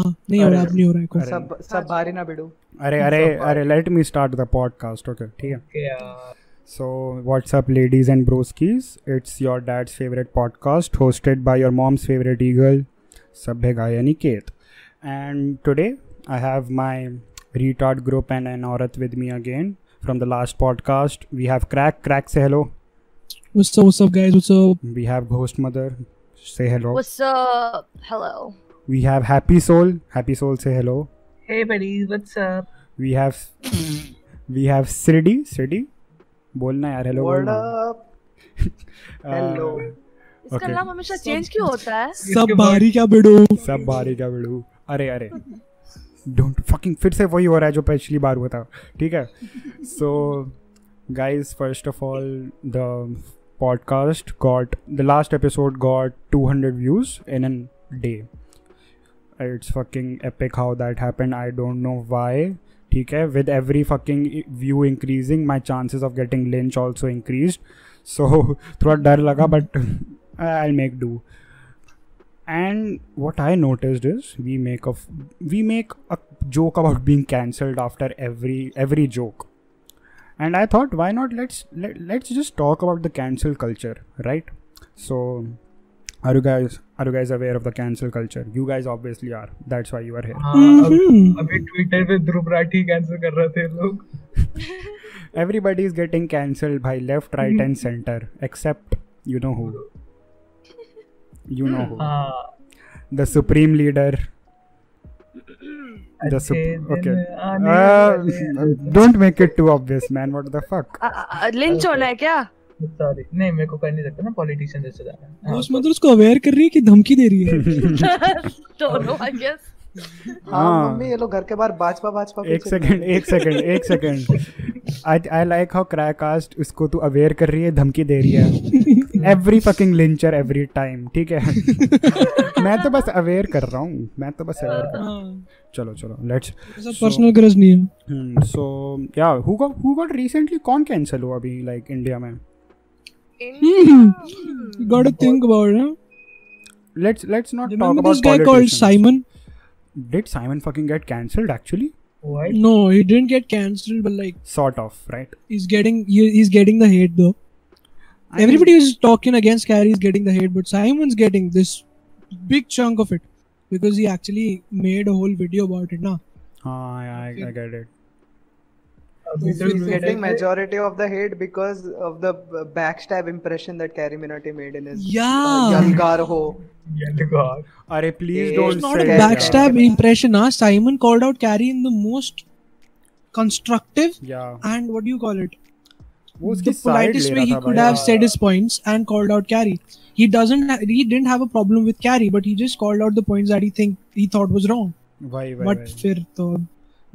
हाँ नहीं और अरे, अब नहीं हो रहा है कुछ अरे, सब सब भारी ना भिड़ो अरे अरे अरे let me start the podcast okay ठीक है so what's up ladies and broskies it's your dad's favourite podcast hosted by your mom's favourite eagle सभ्य guy Aniket and today I have my retard group and an औरत with me again from the last podcast we have crack crack say hello what's up what's up guys what's up we have ghost mother say hello What's up? Hello. We have happy soul happy soul say hello Hey buddies, what's up? We have we have सिडी सिडी बोलना यार hello word बोलना Uh, up hello. इसका Okay. नाम हमेशा change क्यों होता है? सब बारी क्या बिडो सब बारी का बिड़ू अरे अरे डोंट फकिंग फिर से वही हो रहा है जो पिछली बार हुआ था ठीक है so guys first of all the podcast got the last episode got 200 views in an day it's fucking epic how that happened I don't know why ठीक है with every fucking view increasing my chances of getting lynch also increase सो थोड़ा डर लगा but I make do and what i noticed is we make a we make a joke about being cancelled after every every joke and i thought why not let's let, let's just talk about the cancel culture right so are you guys are you guys aware of the cancel culture you guys obviously are that's why you are here हाँ, अब- अभी Twitter पे Dhruv Rathee cancel कर रहे थे लोग everybody is getting cancelled by left right and center except you know who you know who हाँ, the supreme leader the अच्छे sup- दिन okay आने वाले Uh, हैं। don't make it too obvious, man. What the fuck? Lynch होना है क्या? Sorry, नहीं मेरे को कर नहीं सकता ना पॉलिटिशियन जैसे जाना है। हाँ, घोस्ट मदर मतलब उसको अवेयर कर रही है कि धमकी दे रही है दोनों I guess. हाँ हाँ। मम्मी ये लोग घर के बाहर भाजपा भाजपा एक सेकंड एक सेकंड एक second I like how crackcast उसको तू अवेयर कर रही है धमकी दे रही है every fucking lyncher every time ठीक है मैं तो बस अवेयर कर रहा हूँ मैं तो बस अवेयर कर हाँ, चलो चलो hmm, लेट्स ऐसा पर्सनल गरज नहीं है so yeah who got who got recently कौन कैंसिल हुआ अभी लाइक इंडिया में got Hmm. To think about it let's let's not talk remember this about guy called Simon did Simon fucking get cancelled actually what? No he didn't get cancelled but like sort of right he's getting he, he's getting the hate though. Everybody is talking against Kyrie's getting the hate, but Simon's getting this big chunk of it because he actually made a whole video about it. Now हाँ I get it अभी तो He's getting Twitter पे- majority of the hate because of the backstab impression that Carrie Minotti made in his Yeah. uh, Yalgar ho Yeah, God. अरे please It's don't it's not a say that. backstab impression. Ah, Simon called out Kyrie in the most constructive या and what do you call it? वो उसकी The side ले politest रहा way he था could भाई हाँ, have said his points and called out Carrie. He doesn't. ha- He didn't have a problem with Carrie, but he just called out the points that he think he thought was wrong. भाई भाई But भाई फिर तो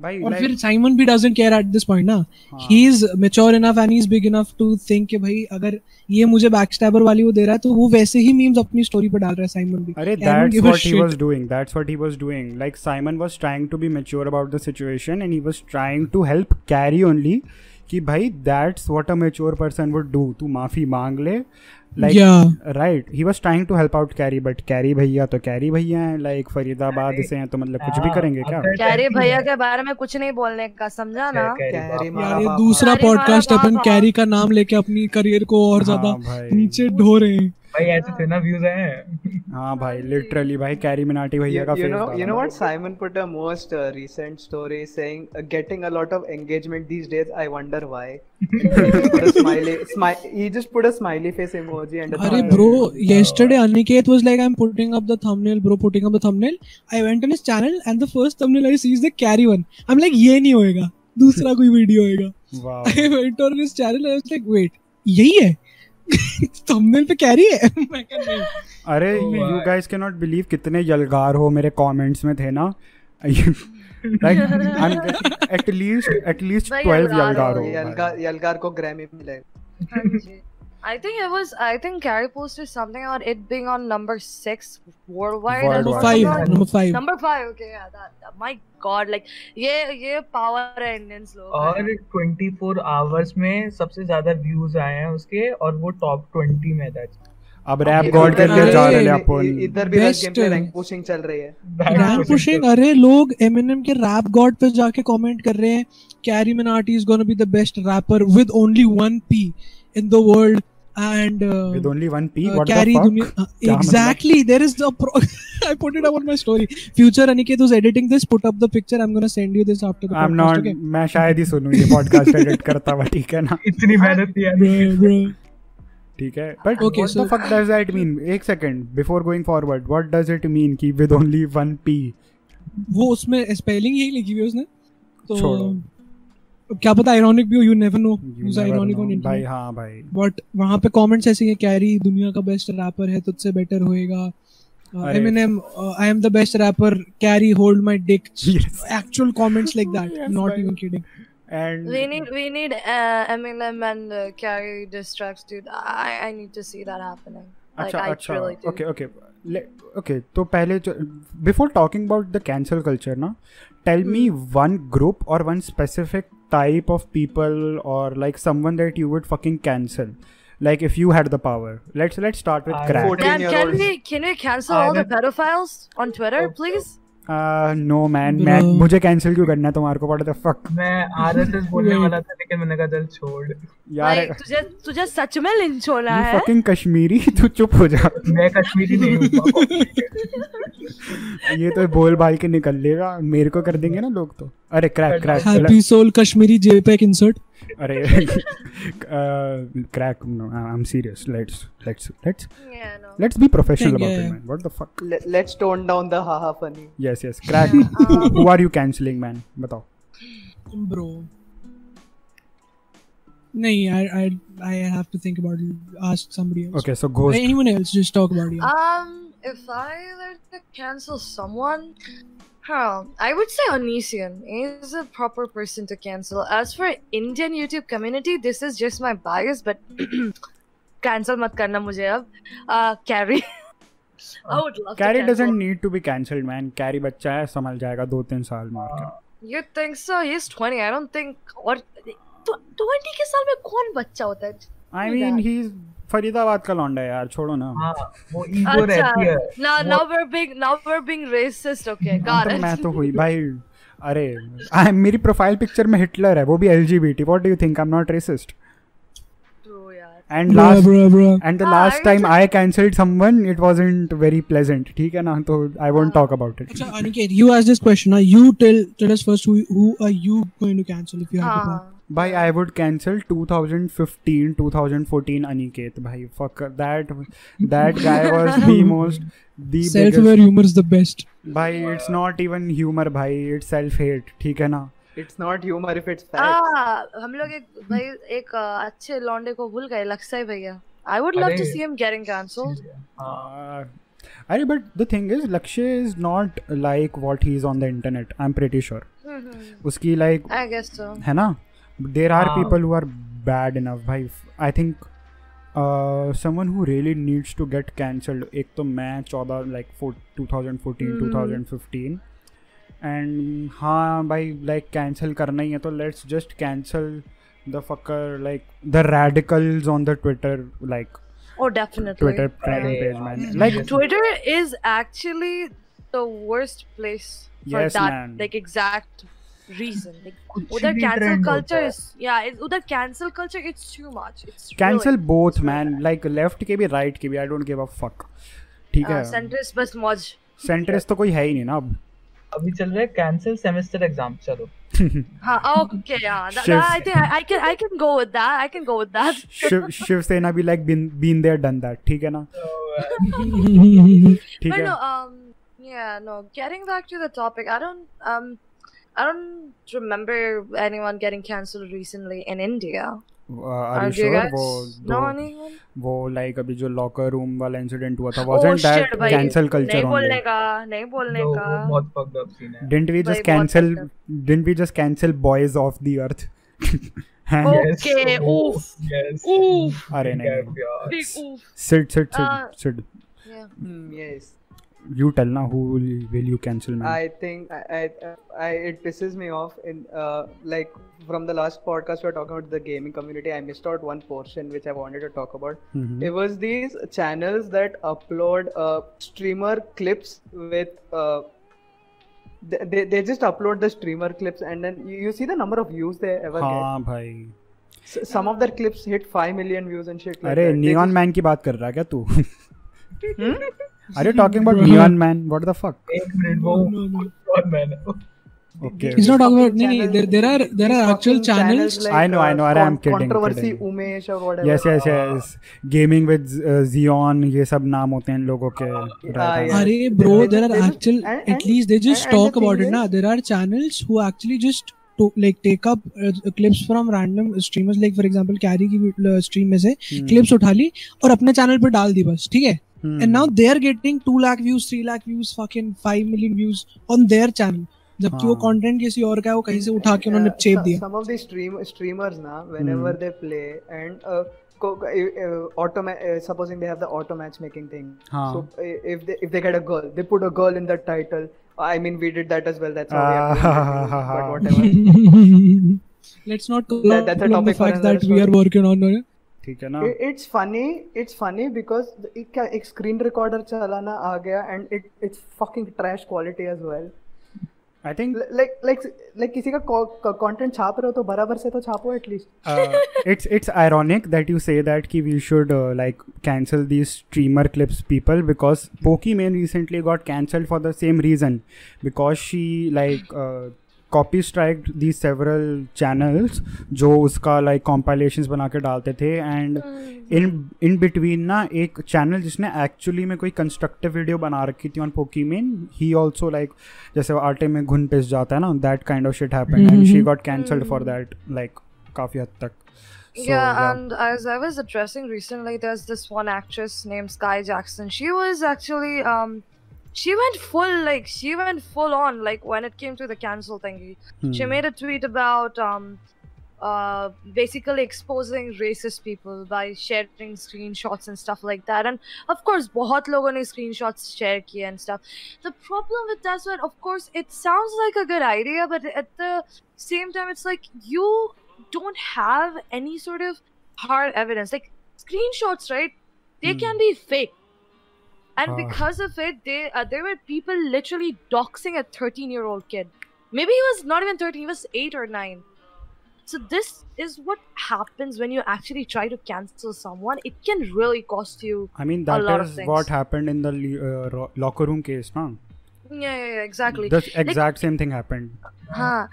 भाई और फिर like, Simon भी doesn't care at this point ना हाँ, he is mature enough and he is big enough to think कि भाई अगर ये मुझे बैकस्टैबर वाली वो दे रहा है तो वो वैसे ही मीम्स अपनी स्टोरी पे डाल रहा है साइमन भी अरे I don't that's give a what he shit. Was doing that's what he was doing like Simon was trying to be mature about the situation and he was trying to help Carry only कि भाई that's what a mature person would do तू माफी मांग ले like yeah right he was trying to help out carry but Carry भैया तो carry भैया हैं लाइक फरीदाबाद अरे, से हैं तो मतलब कुछ भी हाँ, करेंगे क्या अगर- कैरी भैया के बारे में कुछ नहीं बोलने का समझा ना? Carrie यार मारा ये बाप। दूसरा अरे पॉडकास्ट वाह, अपन वाह, कैरी का नाम लेके अपनी करियर को और ज्यादा हाँ भाई नीचे ढो रहे हैं भाई ऐसे थे ना व्यूज आए हैं। हाँ भाई लिटरली भाई कैरी मिनाटी भैया का You, you face know, डाला you know भाई। what? Simon put a most uh, recent story saying, uh, "Getting a lot of engagement these days. I wonder why." he, put a smiley, smi- he just put a smiley face emoji तो and. A अरे smile. Bro yesterday Aniket was like I'm putting up the thumbnail bro putting up the thumbnail I went on his channel and the first thumbnail I see is the carry one I'm like ये नहीं होएगा दूसरा कोई video होएगा वाह I went on his channel and I was like, wait, यही है thumbnail पे कैरी है मैं कहा, नहीं। अरे Oh you my. Guys can not believe कितने यलगार हो मेरे कमेंट्स में थे ना लाइक एटलीस्ट एटलीस्ट भाई 12 यलगार यलगार हो, हो Yalgar, भाई। Yalgar ko Grammy मिलेगा. हाँ I think it was. I think Carrie posted something about it being on number six worldwide. number Worldwide. or five something like- number five Number five. Okay, yeah. That, that- my God, like ये ये power है Indians लोग. और 24 hours में सबसे ज्यादा views आए हैं उसके और वो टॉप 20 में था अब रैप Okay, तो गॉड okay. के अंदर जा रहे हैं अरे, अपन इधर भी Best- गेम पे रैंक पुशिंग चल रही है रैंक पुशिंग अरे लोग एमिनेम के रैप गॉड पे जाके कमेंट कर रहे हैं Carry Minati is gonna be the best rapper with only one P in the world and with only one P what the Carry fuck Uh, दुनिया मतलब? Exactly there is the I put it up on my story future Aniket is editing this put up the picture I am gonna send you this after the I am not podcast मैं शायद ही सुनूं ये podcast edit करता हुआ ठीक है ना इतनी मेहनत की यार ओके ठीक है but Okay, what the so- fuck does that mean एक second before going forward what does it mean कि विद ओनली वन पी वो उसमें स्पेलिंग यही लिखी हुई है उसने छोड़ो। तो क्या पता आयरॉनिक भी हो you never know use ironic on भाई इंटरनेट हाँ भाई बट वहां पे कमेंट्स ऐसे हैं कैरी दुनिया का बेस्ट रैपर है तुझसे बेटर होएगा Uh, अरे। Eminem I am the best rapper Carry hold my Dick Yes. actual comments like that Yes, not bhai. even kidding And We need we need uh, Eminem and uh, Carrie diss tracks, dude. I I need to see that happening. Like अच्छा I अच्छा really do. Okay okay okay तो पहले before talking about the cancel culture ना tell me Hmm. One group और one specific type of people और like someone that you would fucking cancel like if you had the power let's let's start with I crack would- Damn, 14 can -year-olds. we can we cancel I all the did- pedophiles on Twitter, Oh. please? No man Uh, मैं Bro. मुझे cancel क्यों करना है तुम्हारे को पता fuck मैं RSS बोलने Wait. वाला था लेकिन मैंने कहा चल छोड़ यार like, तुझे तुझे सच में लिंच होना यू है? फकिंग कश्मीरी तू चुप हो जा मैं कश्मीरी नहीं हूँ ये तो बोल बाल के निकल लेगा मेरे को कर देंगे ना लोग तो अरे crack crack happy soul kashmiri jpeg insert अरे crack no I am serious let's let's let's Yeah, no. Let's be professional Yeah, yeah. About it man what the fuck let's tone down the haha funny yes yes crack who are you cancelling man बताओ bro nahi i i i have to think about it ask somebody else okay so ghost anyone else just talk about it Um, if I were to cancel someone, huh, I would say Onision is a proper person to cancel. As for Indian YouTube community, this is just my bias, but cancel mat karna mujhe ab. Uh, Carrie. I would love Carry to cancel. Doesn't need to be cancelled man Carry बच्चा है संभल जाएगा दो तीन साल मार के You think so? He's 20. I don't think. What? tw- 20 के साल में कौन बच्चा होता है? आई मीन ही फरीदाबाद का लौंडा है यार छोड़ो ना हाँ वो ईगो अच्छा. रहती है Now, now we're being now we're being racist. Okay, got तो it. मैं तो हुई भाई अरे आई मेरी प्रोफाइल पिक्चर में हिटलर है वो भी LGBT what do you think I am not racist True, यार. And bro last bro bro and the हाँ, last I time I cancelled someone it wasn't very pleasant ठीक है ना तो I won't talk about it अच्छा Aniket you ask this question ना you tell tell us first who who are you going to cancel if you have to हाँ. भाई I would cancel 2015 2014 Aniket भाई fuck that that guy was the most the self aware humor is the best भाई it's not even humour भाई it's self hate ठीक है ना it's not humour if it's fact Ah, हम लोग एक भाई एक अ, अच्छे लौंडे को भूल गए लक्साई भैया आई वुड लव टू अरे। सी हिम गेटिंग कैंसल्ड हाँ, Uh, अरे but the thing is Lakshya is not like what he is on the internet I am pretty sure हम्म, उसकी लाइक आई गेस सो है ना देर आर हाँ। People who are bad enough भाई uh, I think someone who really needs to get cancelled एक तो मैं चौदह like two thousand fourteen two thousand fifteen and हाँ भाई लाइक कैंसिल करना ही है तो let's just cancel the fucker like the radicals on the Twitter like oh definitely Twitter page man like Twitter is actually the worst place for Yes, ma'am. That like exact reason like कुछ उधर भी cancel trend होता culture है। Is या उधर cancel culture it's too much it's cancel both man like left के भी right के भी आई डोंट गिव अ फक ठीक हाँ, है सेंट्रिस्ट बस मौज सेंटरिस्ट तो कोई है ही नहीं ना अब अभी चल रहा है कैंसिल सेमेस्टर एग्जाम चलो हाँ ओके या Shiv. I think I can I can go with that I can go with that Shiv Shiv Sena भी like been there done that ठीक है ना ठीक but है no, um, yeah, no. Getting back to the topic, I don't, um, I don't remember anyone getting cancelled recently in India. Are you do you sure guys वो know दो, anyone? वो like अभी जो locker room वाला incident हुआ था oh wasn't that shit, भाई. Cancel culture नहीं बोलने ओनली का, नहीं बोलने तो का. वो बहुत fucked up scene है डिडंट वी भाई, जस्ट बहुत cancel fucked didn't we just cancel boys of the earth Oh. अरे Yes, Okay, oh, oof. yes. Oof, Big नहीं up, yeah. big oof. Sid Sid Uh, Sid Sid Yeah. Yes you tell now who will, will you cancel, man? I think I, I, I it pisses me off in uh, like from the last podcast we were talking about the gaming community. I missed out one portion which I wanted to talk about. Mhm. It was these channels that upload uh, streamer clips with. Uh, they, they, they just upload the streamer clips and then you, you see the number of views they ever get. हाँ भाई S- some of their clips hit 5 million views and shit like अरे that. They neon just- man की बात कर रहा है क्या तू Hmm? Are you talking about Hmm? Neon man what the fuck एक मिनट वो No, no, no. कौन मैन है? Okay He's not talking about. Fucking No, no, there, channels- there are there these are actual fucking channels. like, uh, I know, I know, अरे, con- I'm kidding, Controversy kidding. Umesh or whatever. Yes yes yes gaming with जियॉन uh, ये सब नाम होते हैं इन लोगों के yeah. हाँ Are- Arey, bro, They- there are they just- actual. and- At and- least they just and- and the talk about thing it, na. is- There are channels who actually just to, like take up uh, clips from random streamers. Like for example, Carrie की uh, stream में से Hmm. clips उठा ली और अपने channel पे डाल दी बस, ठीक है? हम्म, Hmm. And now they are getting two lakh views, three lakh views, fucking five million views on their channel. जबकि वो हाँ। कंटेंट किसी और का है वो कहीं से उठा के उन्होंने Uh, चेप so- दिया Some of these stream streamers na, whenever Hmm. they play and uh, co- uh, uh, auto ma- uh, supposing they have the auto matchmaking thing. हाँ So uh, if they if they get a girl, they put a girl in the title. I mean, we did that as well. That's how we have to introduce, Ah. but whatever. Let's not call That- that's a out the topic for fact another that we are story. working on. uh, हम्म, ठीक है ना It- It's funny. It's funny because the- एक क्या एक screen recorder चलाना आ गया and it it's fucking trash quality as well. I think L- Like like like किसी का कंटेंट छाप रहे हो तो बराबर से तो छापो at least uh, it's it's ironic that you say that ki we should uh, like cancel these streamer clips people because Pokimane recently got cancelled for the same reason because she like uh, copy strike दी several channels जो उसका like compilations बना के डालते थे and in in between ना एक channel जिसने एक्चुअली में कोई कंस्ट्रक्टिव वीडियो बना रखी थी ऑन पोकीमेन ही ऑल्सो लाइक जैसे वो आटे में घुन पिस जाता है ना that kind of shit happened and she got cancelled for that like काफी हद तक So, yeah, and as I was addressing recently, there's this one actress named Sky Jackson. She was actually um, she went full like she went full on like when it came to the cancel thingy. She Hmm. made a tweet about um, uh, basically exposing racist people by sharing screenshots and stuff like that. And of course, बहुत लोगों ने screenshots share किए and stuff. The problem with that's what of course it sounds like a good idea, but at the same time, it's like you don't have any sort of hard evidence. Like screenshots, right? They Hmm. can be fake. And Ah. because of it, they uh, there were people literally doxing a 13 year old kid. Maybe he was not even 13, he was 8 or 9. So, this is what happens when you actually try to cancel someone. It can really cost you. I mean, lot that of is things. what happened in the le- uh, ro- locker room case, na? Yeah, yeah, yeah exactly. The exact same thing happened. Huh.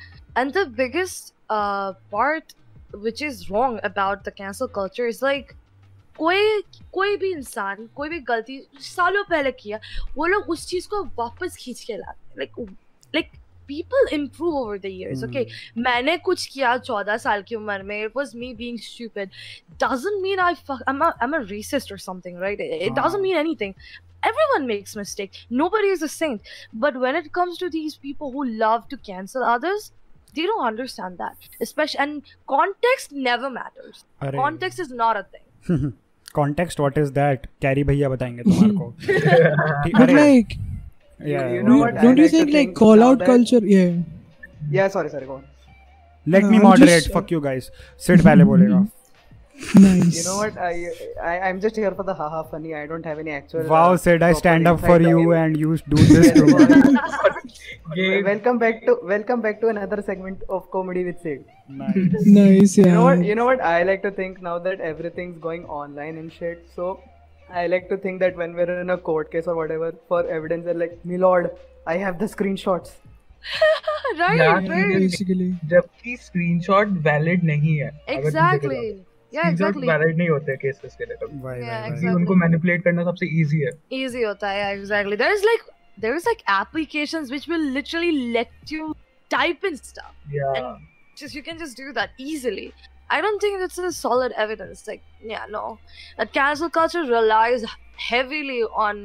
And the biggest uh, part which is wrong about the cancel culture is like कोई कोई भी इंसान कोई भी गलती सालों पहले किया वो लोग उस चीज को वापस खींच के लाते like like people improve over the years Hmm. Mm-hmm. Okay मैंने कुछ किया चौदह साल की उम्र में it was me being stupid doesn't mean I am a racist और something right it doesn't mean anything everyone makes mistake nobody is a saint but when it comes to these people who love to cancel others they don't understand that especially and context never matters अरे context is not a thing context what is that Carry भैया बताएंगे तुम्हारे को ठीक- But अरे like, yeah, you know do- what I don't you like to think like think call now out that- culture? Yeah. Hmm. या sorry sorry go let me I'm moderate just- fuck you guys sit पहले बोलेगा Nice. You know what? I, I I'm just here for the haha funny. I don't have any actual. Wow, uh, said I proper stand up insight for on you and you do this to me. Yes, ये well, welcome back to welcome back to another segment of comedy with Sid. Nice. Nice, yeah. You know what? You know what? I like to think now that everything's going online and shit. So I like to think that when we're in a court case or whatever for evidence, they're like, "Milord, I have the screenshots." right Yeah, right Basically. जबकि screenshot valid नहीं है exactly yeah exactly valid नहीं होते cases के लिए तो Why, Yeah, why, why? exactly. क्योंकि उनको मैनिपुलेट करना सबसे इजी है easy hota hai, yeah, exactly there's like there's like applications which will literally let you type in stuff या And- just you can just do that easily i don't think that's a solid evidence like yeah no that cancel culture relies heavily on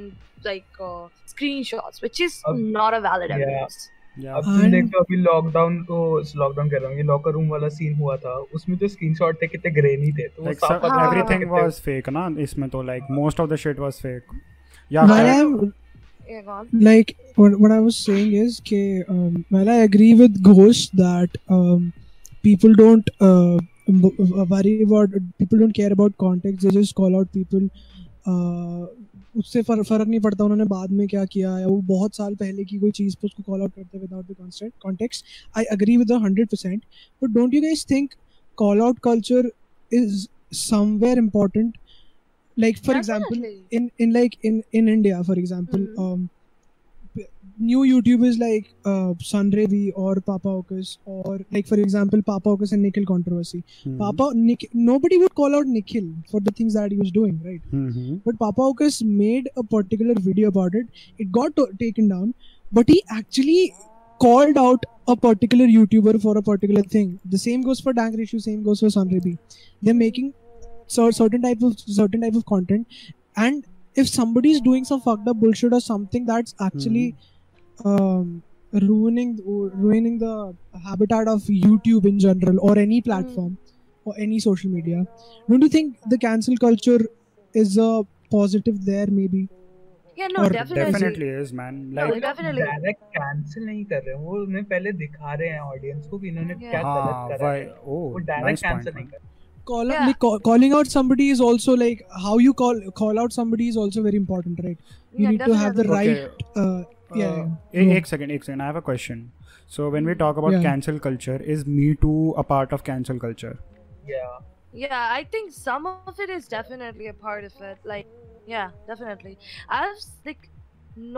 like uh, screenshots which is Okay. Um, not a valid Yeah. evidence Yeah. अब तुम And- देखो अभी lockdown को lockdown कह रहा हूँ ये locker room वाला सीन हुआ था उसमें जो स्क्रीनशॉट थे कितने ग्रेनी थे तो वो Like, साफ सब- पता था everything कितने- was fake, ना? इसमें तो like most of the shit was fake. But Yeah. I'm Yeah, go on. like what, what i was saying is okay um, well i agree with ghosh that um, people don't uh, b- uh, worry about people don't care about context they just call out people uh, उससे फर, फर्क नहीं पड़ता उन्होंने बाद में क्या किया या वो बहुत साल पहले की कोई चीज़ पे उसको कॉल आउट करते without the concept context I agree with hundred percent but don't you guys think call out culture is somewhere important like for example Definitely. in in like in in India, for example, Mhm. um, p- new YouTubers like uh, Sun Ravi or Papa Okus or like for example Papa Okus and Nikhil controversy. Hmm. Papa Nik- nobody would call out Nikhil for the things that he was doing, right? Hmm, But Papa Okus made a particular video about it. It got to- taken down, but he actually called out a particular YouTuber for a particular thing. The same goes for Dank Rishu, same goes for Sun Ravi. They're making cer- certain type of certain type of content, and if somebody is doing some fucked up bullshit or something that's actually um, ruining ruining the habitat of YouTube in general or any platform or any social media, don't you think the cancel culture is a positive there maybe? Yeah, no, Or definitely. Definitely is man No, like definitely. Direct cancel नहीं कर रहे हैं वो उन्हें पहले दिखा रहे हैं ऑडियंस को कि इन्होंने Yeah. क्या हां गलत करा व्हाई है ओ वो नाइस डायरेक्ट कैंसिल नहीं पॉइंट कर रहे Call Yeah. like, call, calling out somebody is also like how you call call out somebody is also very important, right? You Yeah, need to have the definitely. right. Uh, yeah, Uh, yeah. e- No. eh, एक second, एक second. I have a question. So when we talk about Yeah. cancel culture, is Me Too a part of cancel culture? या Yeah, I think some of it is definitely a part of it. Like, yeah, definitely. I've s- like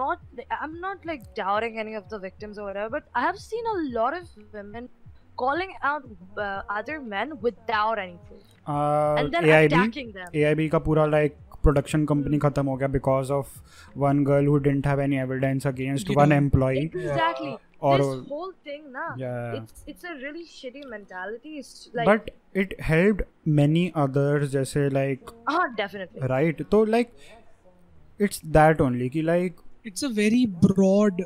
not. I'm not like doubting any of the victims or whatever, but I have seen a lot of women calling out uh, other men without any proof Uh, and then AIB, attacking them. AIB का पूरा like production company खत्म हो गया because of one girl who didn't have any evidence against Yeah. one employee Exactly. or This whole thing, nah. yeah. It's it's a really shitty mentality. It's like, but it helped many others जैसे like ah, definitely. right तो like it's that only कि like it's a very broad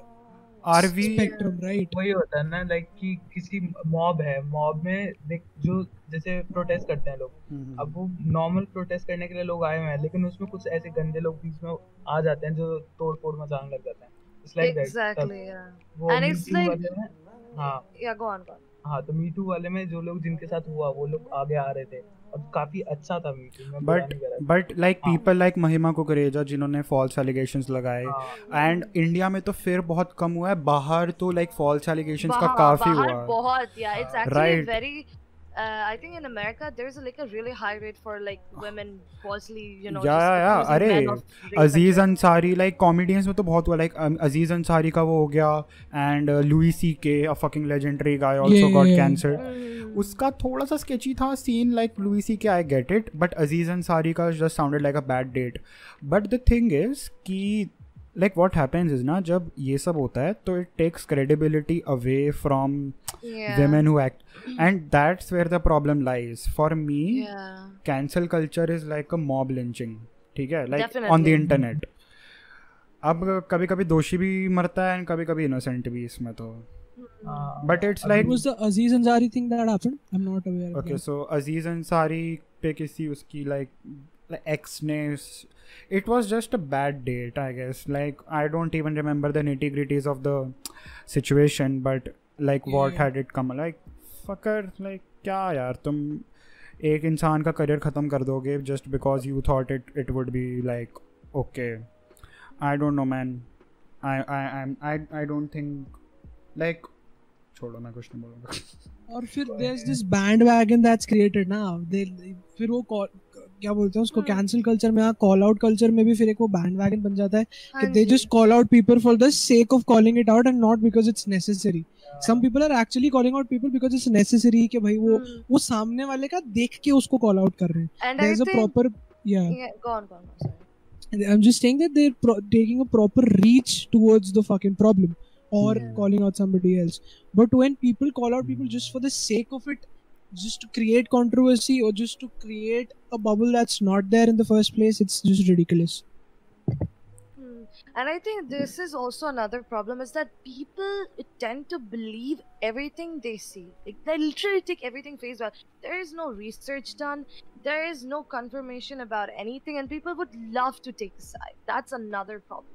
are we spectrum, right? वही होता है ना like कि किसी mob है मॉब में देख जो जैसे प्रोटेस्ट करते हैं लोग हम्म, अब वो नॉर्मल प्रोटेस्ट करने के लिए लोग आए हुए हैं लेकिन उसमें कुछ ऐसे गंदे लोग बीच में आ जाते हैं जो तोड़ फोड़ मचाने लग जाते हैं इट्स लाइक Exactly. Yeah. वो And Me it's Too like- वाले में हाँ Yeah. Go on. Go on. हाँ तो मी टू वाले में जो लोग जिनके साथ हुआ वो लोग आगे आ रहे थे और काफी अच्छा था मी टू मैं but but like people like Mahima Kukreja जिन्होंने फॉल्स एलिगेशंस लगाए हाँ। एंड इंडिया में तो फिर बहुत कम हुआ है बाहर तो लाइक फॉल्स एलिगेशंस का बाहर- काफी बाहर हुआ बहुत yeah it's actually Right. a very uh, I think in America there's like a really high rate for like women falsely you know Yeah, just yeah, yeah. accusing अरे, men of rape Aziz and Ansari like comedians में तो बहुत हुआ like अजीज Ansari का वो हो गया uh, and Louis C K a fucking legendary guy also Yeah, got yeah. shit. Cancelled Mm. उसका थोड़ा सा स्केची था scene like Louis C K I get it but Aziz Ansari का just sounded like a bad date but the thing is कि like what happens is ना जब ये सब होता है तो it takes credibility away from yeah women who act and that's where the problem lies for me yeah cancel culture is like a mob lynching ठीक है like on the Definitely. internet अब कभी कभी दोषी भी मरता है एंड कभी कभी इनोसेंट भी इसमें तो हाँ, but it's It like was the Aziz Ansari thing that happened. I'm not aware. of okay that. So Aziz Ansari पे किसी उसकी लाइक एक्स ने it was just a bad date I guess like I don't even remember the nitty gritties of the situation but like what had it come like fucker like क्या यार तुम एक इंसान का करियर ख़त्म कर दोगे just because you thought it it would be like okay I don't know man I I I I don't think like छोड़ो मैं कुछ नहीं बोलूँगा और फिर there's this bandwagon that's created ना they फिर वो call, क्या बोलते हैं उसको Hmm. cancel culture में हाँ call out culture में भी फिर एक वो bandwagon बन जाता है कि हाँ they ji. just call out people for the sake of calling it out and not because it's necessary some people are actually calling out people because it's necessary कि भाई वो Mm. वो सामने वाले का देख के उसको call out कर रहे हैं and I there's a think proper yeah yeah go on go on I'm sorry. I'm just saying that they're pro- taking a proper reach towards the fucking problem or Yeah. calling out somebody else. But when people call out people just for the sake of it, just to create controversy or just to create a bubble that's not there in the first place, it's just ridiculous. Hmm. And I think this is also another problem is that people tend to believe everything they see. Like, they literally take everything face value. There is no research done. There is no confirmation about anything, and people would love to take a side. That's another problem.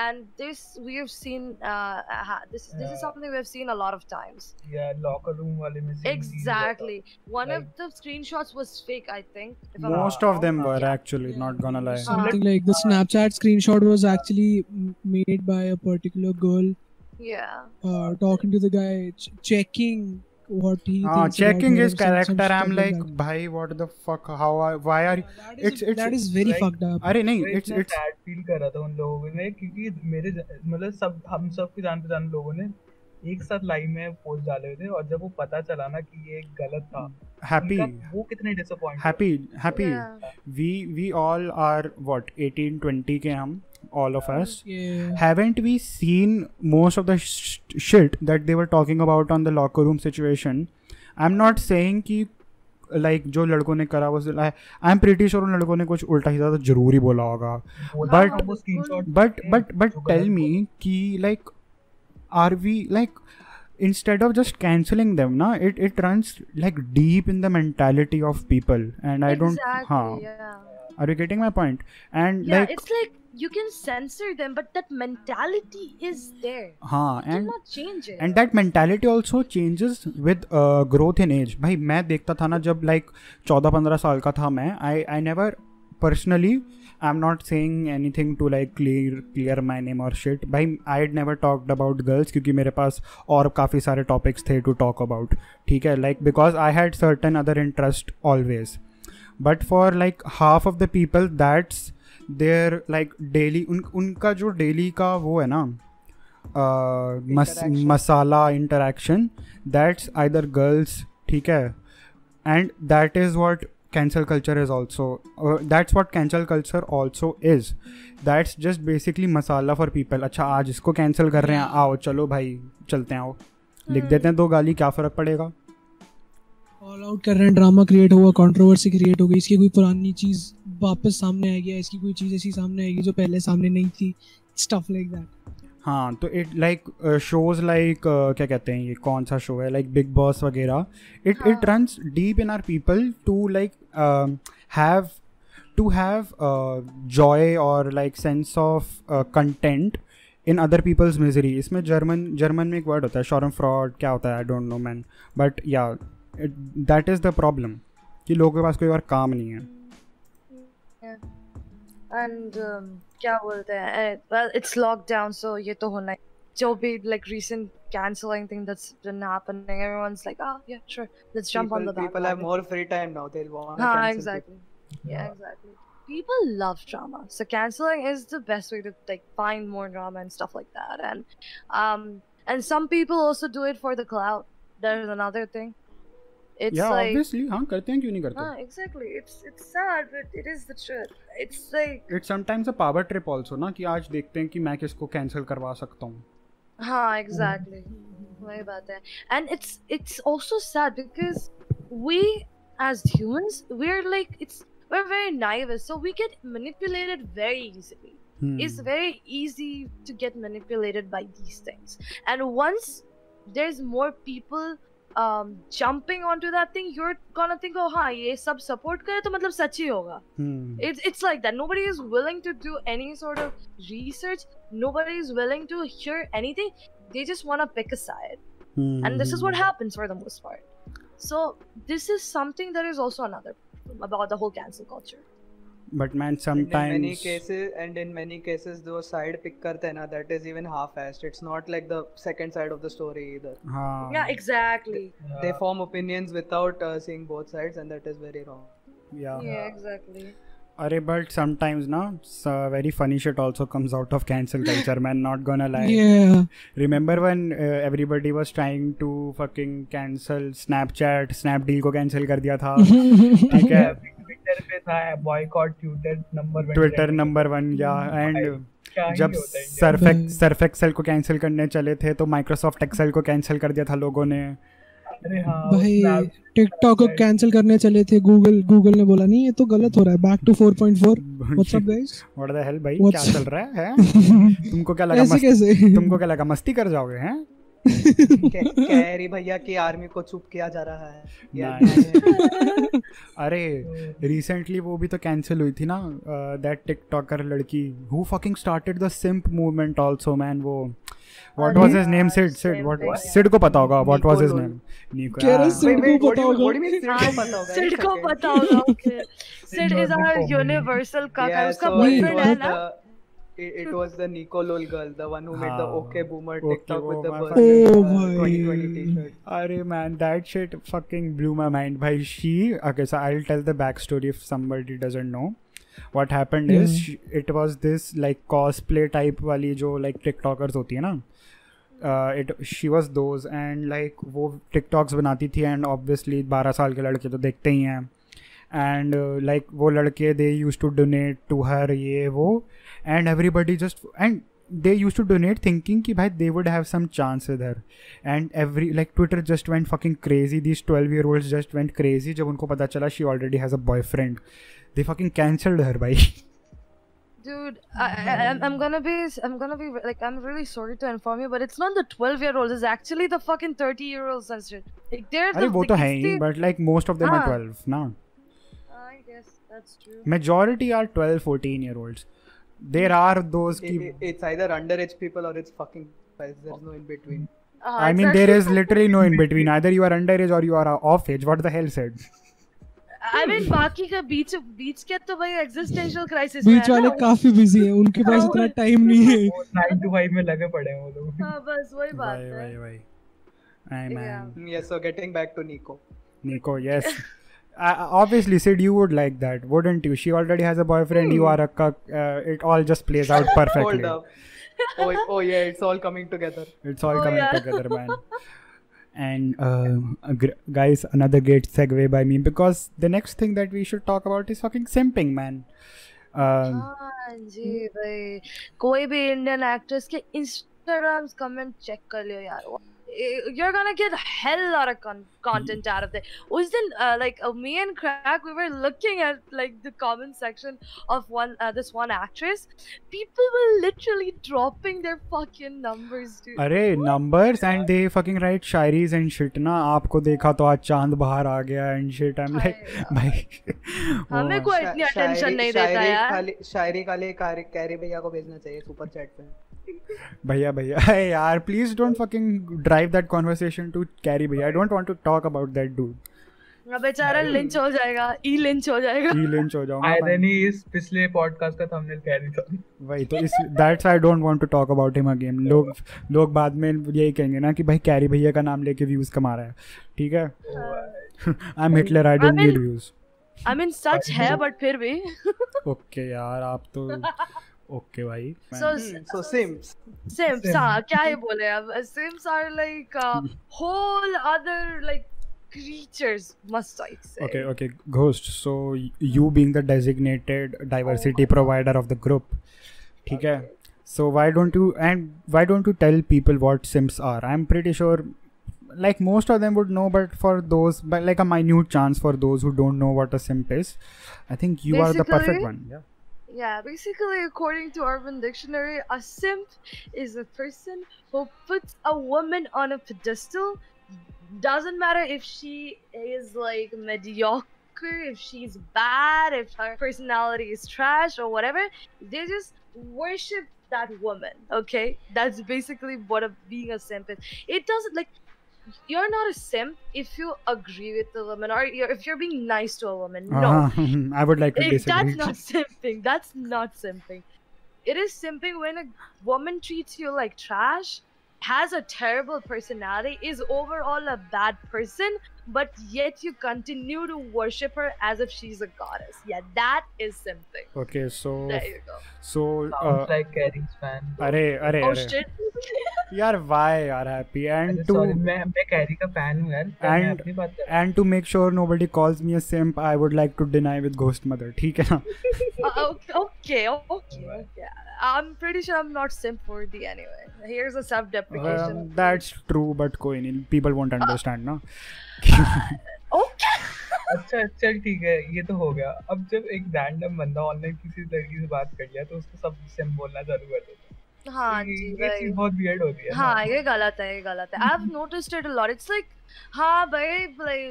and this we have seen. Uh, ha- this this is Yeah. something we have seen a lot of times. या locker room वाले में scene Exactly. One Right. of the screenshots was fake, I think. if I'm not Most of wrong. them were actually not gonna lie. Something like uh, the Snapchat screenshot was actually m- made by a particular girl Yeah. uh, talking to the guy, ch- checking what he. Ah, thinks about checking her, his some- some character. stuff I'm like, that. bhai, what the fuck? How? Are, why are? you-" That is- It's- it's- that is very like- fucked up. अरे नहीं, मैं it's तो इतना it's sad feel कर रहा था उन लोगों ने क्योंकि मेरे ज- मतलब सब हम सब के जान पहचान लोगों ने एक साथ लाइन में पोस्ट डाले हुए थे और जब वो पता चला ना कि ये गलत था तो happy, उनका- वो कितने disappoint happy, happy. Yeah. We we all are what 18, 20 के हम all of us. Yeah. haven't we seen most of the sh- shit that they were talking about on the locker room situation i'm not saying कि like जो लड़कों ने करा was I I am pretty sure उन लड़कों ने कुछ उल्टा सीधा तो जरूर ही बोला होगा but- वो स्क्रीनशॉट बट बट बट जो गलत टेल मी कि like are we like instead of just canceling them na it it runs like deep in the mentality of people and i don't Exactly, ha Yeah. are you getting my point and yeah, like it's like you can censor them, but that mentality is there. ha You and cannot change it. And that mentality also changes with growth in age भाई मैं देखता था ना जब like चौदह पंद्रह साल का था मैं I I never personally I am not saying anything to like clear clear my name और शिट भाई I had never talked about girls क्योंकि मेरे पास और काफ़ी सारे टॉपिक्स थे टू टॉक अबाउट ठीक है like because I had certain other interest always but for like half of the people that's there like daily उन उनका जो डेली का वो है ना uh, mas- Interaction. masala interaction that's either girls ठीक है and that is what cancel culture is also uh, that's what cancel culture also is that's just basically masala for people अच्छा आज इसको cancel कर रहे हैं आओ चलो भाई चलते हैं आओ लिख देते हैं दो गाली क्या फर्क पड़ेगा ऑल आउट कर रहे हैं ड्रामा क्रिएट हुआ कंट्रोवर्सी क्रिएट हो गई इसकी कोई पुरानी चीज वापस सामने आएगी या इसकी कोई चीज ऐसी सामने आएगी जो पहले सामने नहीं थी स्टफ लाइक दैट हाँ तो it like shows like uh, क्या कहते हैं ये कौन सा शो है लाइक बिग बॉस वगैरह इट हाँ। It runs deep in our people to like have to have joy और like sense of content in other people's misery इसमें जर्मन जर्मन में एक वर्ड होता है शॉरम फ्रॉड क्या होता है I don't know man but या दैट इज़ द प्रॉब्लम कि लोगों के पास कोई और काम नहीं है And um, क्या बोलते हैं? eh, Well, it's lockdown, so ये तो होना ही. जो भी like recent canceling thing that's been happening, everyone's like, oh yeah, sure, let's jump on the people, people have bandwagon. more free time now. They'll want. to Ah, cancel exactly. Yeah, exactly. People love drama, so canceling is the best way to like find more drama and stuff like that. And um, and some people also do it for the clout. There's another thing. It's या like, obviously हाँ करते हैं क्यों नहीं करते Ah, exactly. It's it's sad, but it is the truth. It's like, it's sometimes a power trip also ना कि आज देखते हैं कि मैं किसको कैंसिल करवा सकता हूँ huh, exactly. What about that? And it's it's also sad because we as humans we're like it's we're very naive, so we get manipulated very easily. Hmm, it's Hmm. very easy to get manipulated by these things and once there's more people um, jumping onto that thing you're gonna think oh ha ye sab support kare to matlab sach hi hoga Hmm. it's, it's like that nobody is willing to do any sort of research nobody is willing to hear anything they just want to pick a side Hmm. and this is what happens for the most part so this is something that is also another problem about the whole cancel culture But man, And in hmm. many sometimes cases, and in many cases, those side pick karte hai na, that is even half-assed. It's not like the second side of the story either. हाँ, yeah exactly They form opinions without uh, seeing both sides, and that is very wrong. yeah. yeah exactly अरे but sometimes ना so very funny shit also comes out of cancel culture man not gonna lie या remember when uh, everybody was trying to fucking cancel Snapchat Snapdeal को cancel कर दिया था ठीक है Twitter पे था boycott Twitter number one Twitter trending। Number one या Hmm. एंड क्या ही जब होता है इंडिया में। India में। सरफेक्स सरफेक्सेल को कैंसिल करने चले थे तो माइक्रोसॉफ्ट एक्सेल को कैंसिल कर दिया था लोगों ने अरे हाँ वो भाई snap- टिकटॉक को कैंसिल करने चले थे गूगल गूगल ने बोला नहीं ये तो गलत हो रहा है back to 4.4 what's up guys what the hell भाई मतलब What's- क्या चल रहा है हैं? तुमको क्या लगा ऐसे मस्ती कैसे तुमको क्या लगा मस्ती कर जाओगे हैं कह कह रही भैया कि आर्मी को चुप किया जा रहा है ये- Nice. अरे रिसेंटली वो भी तो कैंसिल हुई थी ना दैट टिकटॉकर लड़की who fucking started the simp movement also man वो व्हाट अरे वाज हिज नेम यार, Sid Sid same what thing. Sid को पता होगा व्हाट वाज हिज निकोल कह नेम हाँ। रहा Sid Wait, को पता wait, what do you- होगा। what do you mean Sid Sid को पता होगा? It's को okay. पता होगा okay Sid knows is the our formula. Universal काका Yeah, उसका so it बॉयफ्रेंड was है ना the- It, it was the Nicolol girl, the one who made the हाँ, okay boomer okay TikTok with the boomer. birthday, Oh uh, my. 2020 t-shirt. अरे man that shit fucking blew my mind भाई she okay so I will tell the back story if somebody doesn't know what happened is it was this like cosplay type वाली जो like TikTokers होती uh, है ना it she was those and like वो TikToks बनाती थी and obviously बारह साल के लड़के तो देखते ही हैं एंड लाइक uh, वो लड़के they use to donate to her ये वो and everybody just and they use to donate thinking कि भाई they would have some chance with her and every like Twitter just went fucking crazy this twelve year old just went crazy जब उनको पता चला she already has a boyfriend they fucking cancelled her भाई Dude, I, I, I'm, I'm gonna be, I'm gonna be like, I'm really sorry to inform you, but it's not the 12 year olds, it's actually the fucking 30 year olds and shit. Like, they're अरे the वो तो है ही biggest but like most of them are हाँ। Twelve ना thing- I guess that's true. Hmm, majority are twelve fourteen year old there are those It- की it- It's either underage people or it's fucking guys. There's no in between. Uh, I it's mean, there actually is the- literally no in between. Either you are underage or you are uh, off age. What the hell said? I mean, बाकी का बीच बीच के तो भाई existential crisis में बीच है वाले ना काफी बिजी है उनके पास इतना टाइम नहीं है नाइन टू फाइव में लगे पड़े हैं वो लोग हाँ बस वही बात Why, है why, why? I man, Mm, Yes, so getting back to Nico. Nico, yes. I, I- obviously, Sid, you would like that, wouldn't you? She already has a boyfriend. You Hmm. are a cuck. Uh, it all just plays out Hold perfectly. up. Oh, oh yeah, it's all coming together. It's all Oh, coming yeah. together, man. And um, a gr- guys, another great segue by me because the next thing that we should talk about is fucking simping, man. Um, हाँ जी भाई कोई भी Indian actress के Instagram comment check कर लियो यार you're gonna get hell lot of con- content out of there उस दिन uh, like uh, me and crack we were looking at like the comment section of one uh, this one actress people were literally dropping their fucking numbers dude अरे numbers and they fucking write shayaris and shit ना आपको देखा तो आज चांद बाहर आ गया and shit I'm like भाई वो हमें है। कोई शा- इतनी attention शायरी- नहीं देता शायरी यार खाली- शायरी खाली कारी- कैरी भैया को भेजना चाहिए सुपर चैट पे Hmm. भैया भैया अरे यार please don't fucking drive that conversation to Carry भैया I don't want to talk about that dude बेचारा लिंच हो जाएगा ई लिंच हो जाएगा ही लिंच हो जाऊंगा मैं। आयरनी इस पिछले पॉडकास्ट का थंबनेल कैरी था वही तो इस that's I don't want to talk about him again लोग लोग बाद में यही कहेंगे ना कि भाई कैरी भैया का नाम लेके व्यूज कमा रहा है ठीक है आई am Hitler I don't I mean- need views I mean सच है बट फिर भी ओके यार आप तो ओके भाई so so CIMS Sims, Ah, Sims. हाँ क्या ही बोले अब Sims are like a whole other like creatures must I say. Okay, okay, Ghost. So y- you being the designated Oh diversity provider of the group, ठीक है? So why don't you and why don't you tell people what Sims are? I'm pretty sure, like most of them would know, but for those, but like a minute chance for those who don't know what a simp is, I think you are the perfect Basically- one. Yeah. Yeah, basically according to Urban Dictionary, a simp is a person who puts a woman on a pedestal. Doesn't matter if she is like mediocre, if she's bad, if her personality is trash or whatever. They just worship that woman. Okay, that's basically what a, being a simp is. It doesn't like you're not a simp if you agree with the woman or you're, if you're being nice to a woman. No, Uh-huh. I would like to if disagree. that's not simping. That's not simping. It is simping when a woman treats you like trash, has a terrible personality, is overall a bad person, but yet you continue to worship her as if she's a goddess. Yeah, that is simping. Okay, so There you go. so uh, like Carry's fan अरे अरे Oh अरे shit. यार why यार happy and to sorry मैं मैं कैरी का fan हूं यार पर मैं And- अपनी बात कर and to make sure nobody calls me a simp i would like to deny with ghost mother ठीक है ना Uh, okay, okay, okay, okay. I'm pretty sure I'm not simp worthy anyway. Here's a self deprecation. Um, that's true but कोई नहीं people won't understand ना okay. अच्छा चल ठीक है ये तो हो गया अब जब एक रैंडम बंदा ऑनलाइन किसी लड़की से बात कर लिया तो उसको सब सिम बोलना चालू कर देता हाँ ये- जी ये भाई चीज बहुत वियर्ड होती है हाँ ये गलत है ये गलत है I have noticed it a lot it's like हाँ भाई भाई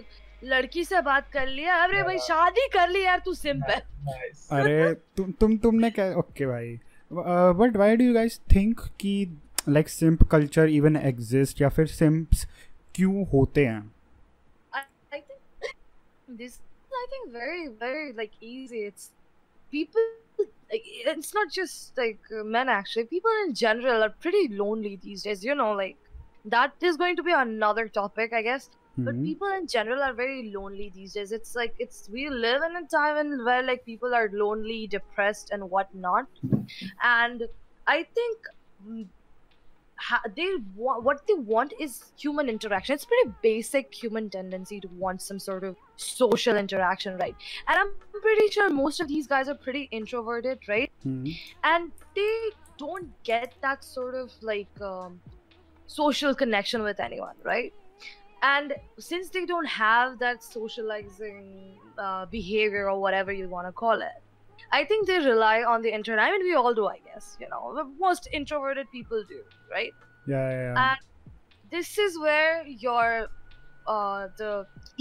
लड़की से बात कर लिया अरे भाई Yeah. शादी कर ली यार तू सिंप है हाँ। नाइस अरे तुम तुम तुमने क्या ओके भाई Uh, but why do you guys think कि like simp culture even exist या फिर सिम्प्स क्यों होते हैं I think this is, I think very very like easy. It's people like it's not just like uh, men actually. People in general are pretty lonely these days. You know, like that is going to be another topic, I guess. But Hmm. people in general are very lonely these days. It's like it's we live in a time in where like people are lonely, depressed, and whatnot. And I think mm, ha- they wa- what they want is human interaction. It's pretty basic human tendency to want some sort of social interaction, right? And I'm pretty sure most of these guys are pretty introverted, right? Hmm. and they don't get that sort of like um, social connection with anyone right and since they don't have that socializing uh, behavior or whatever you want to call it i think they rely on the internet i mean we all do i guess you know the most introverted people do right Yeah, yeah, Uh, yeah. this is where your uh the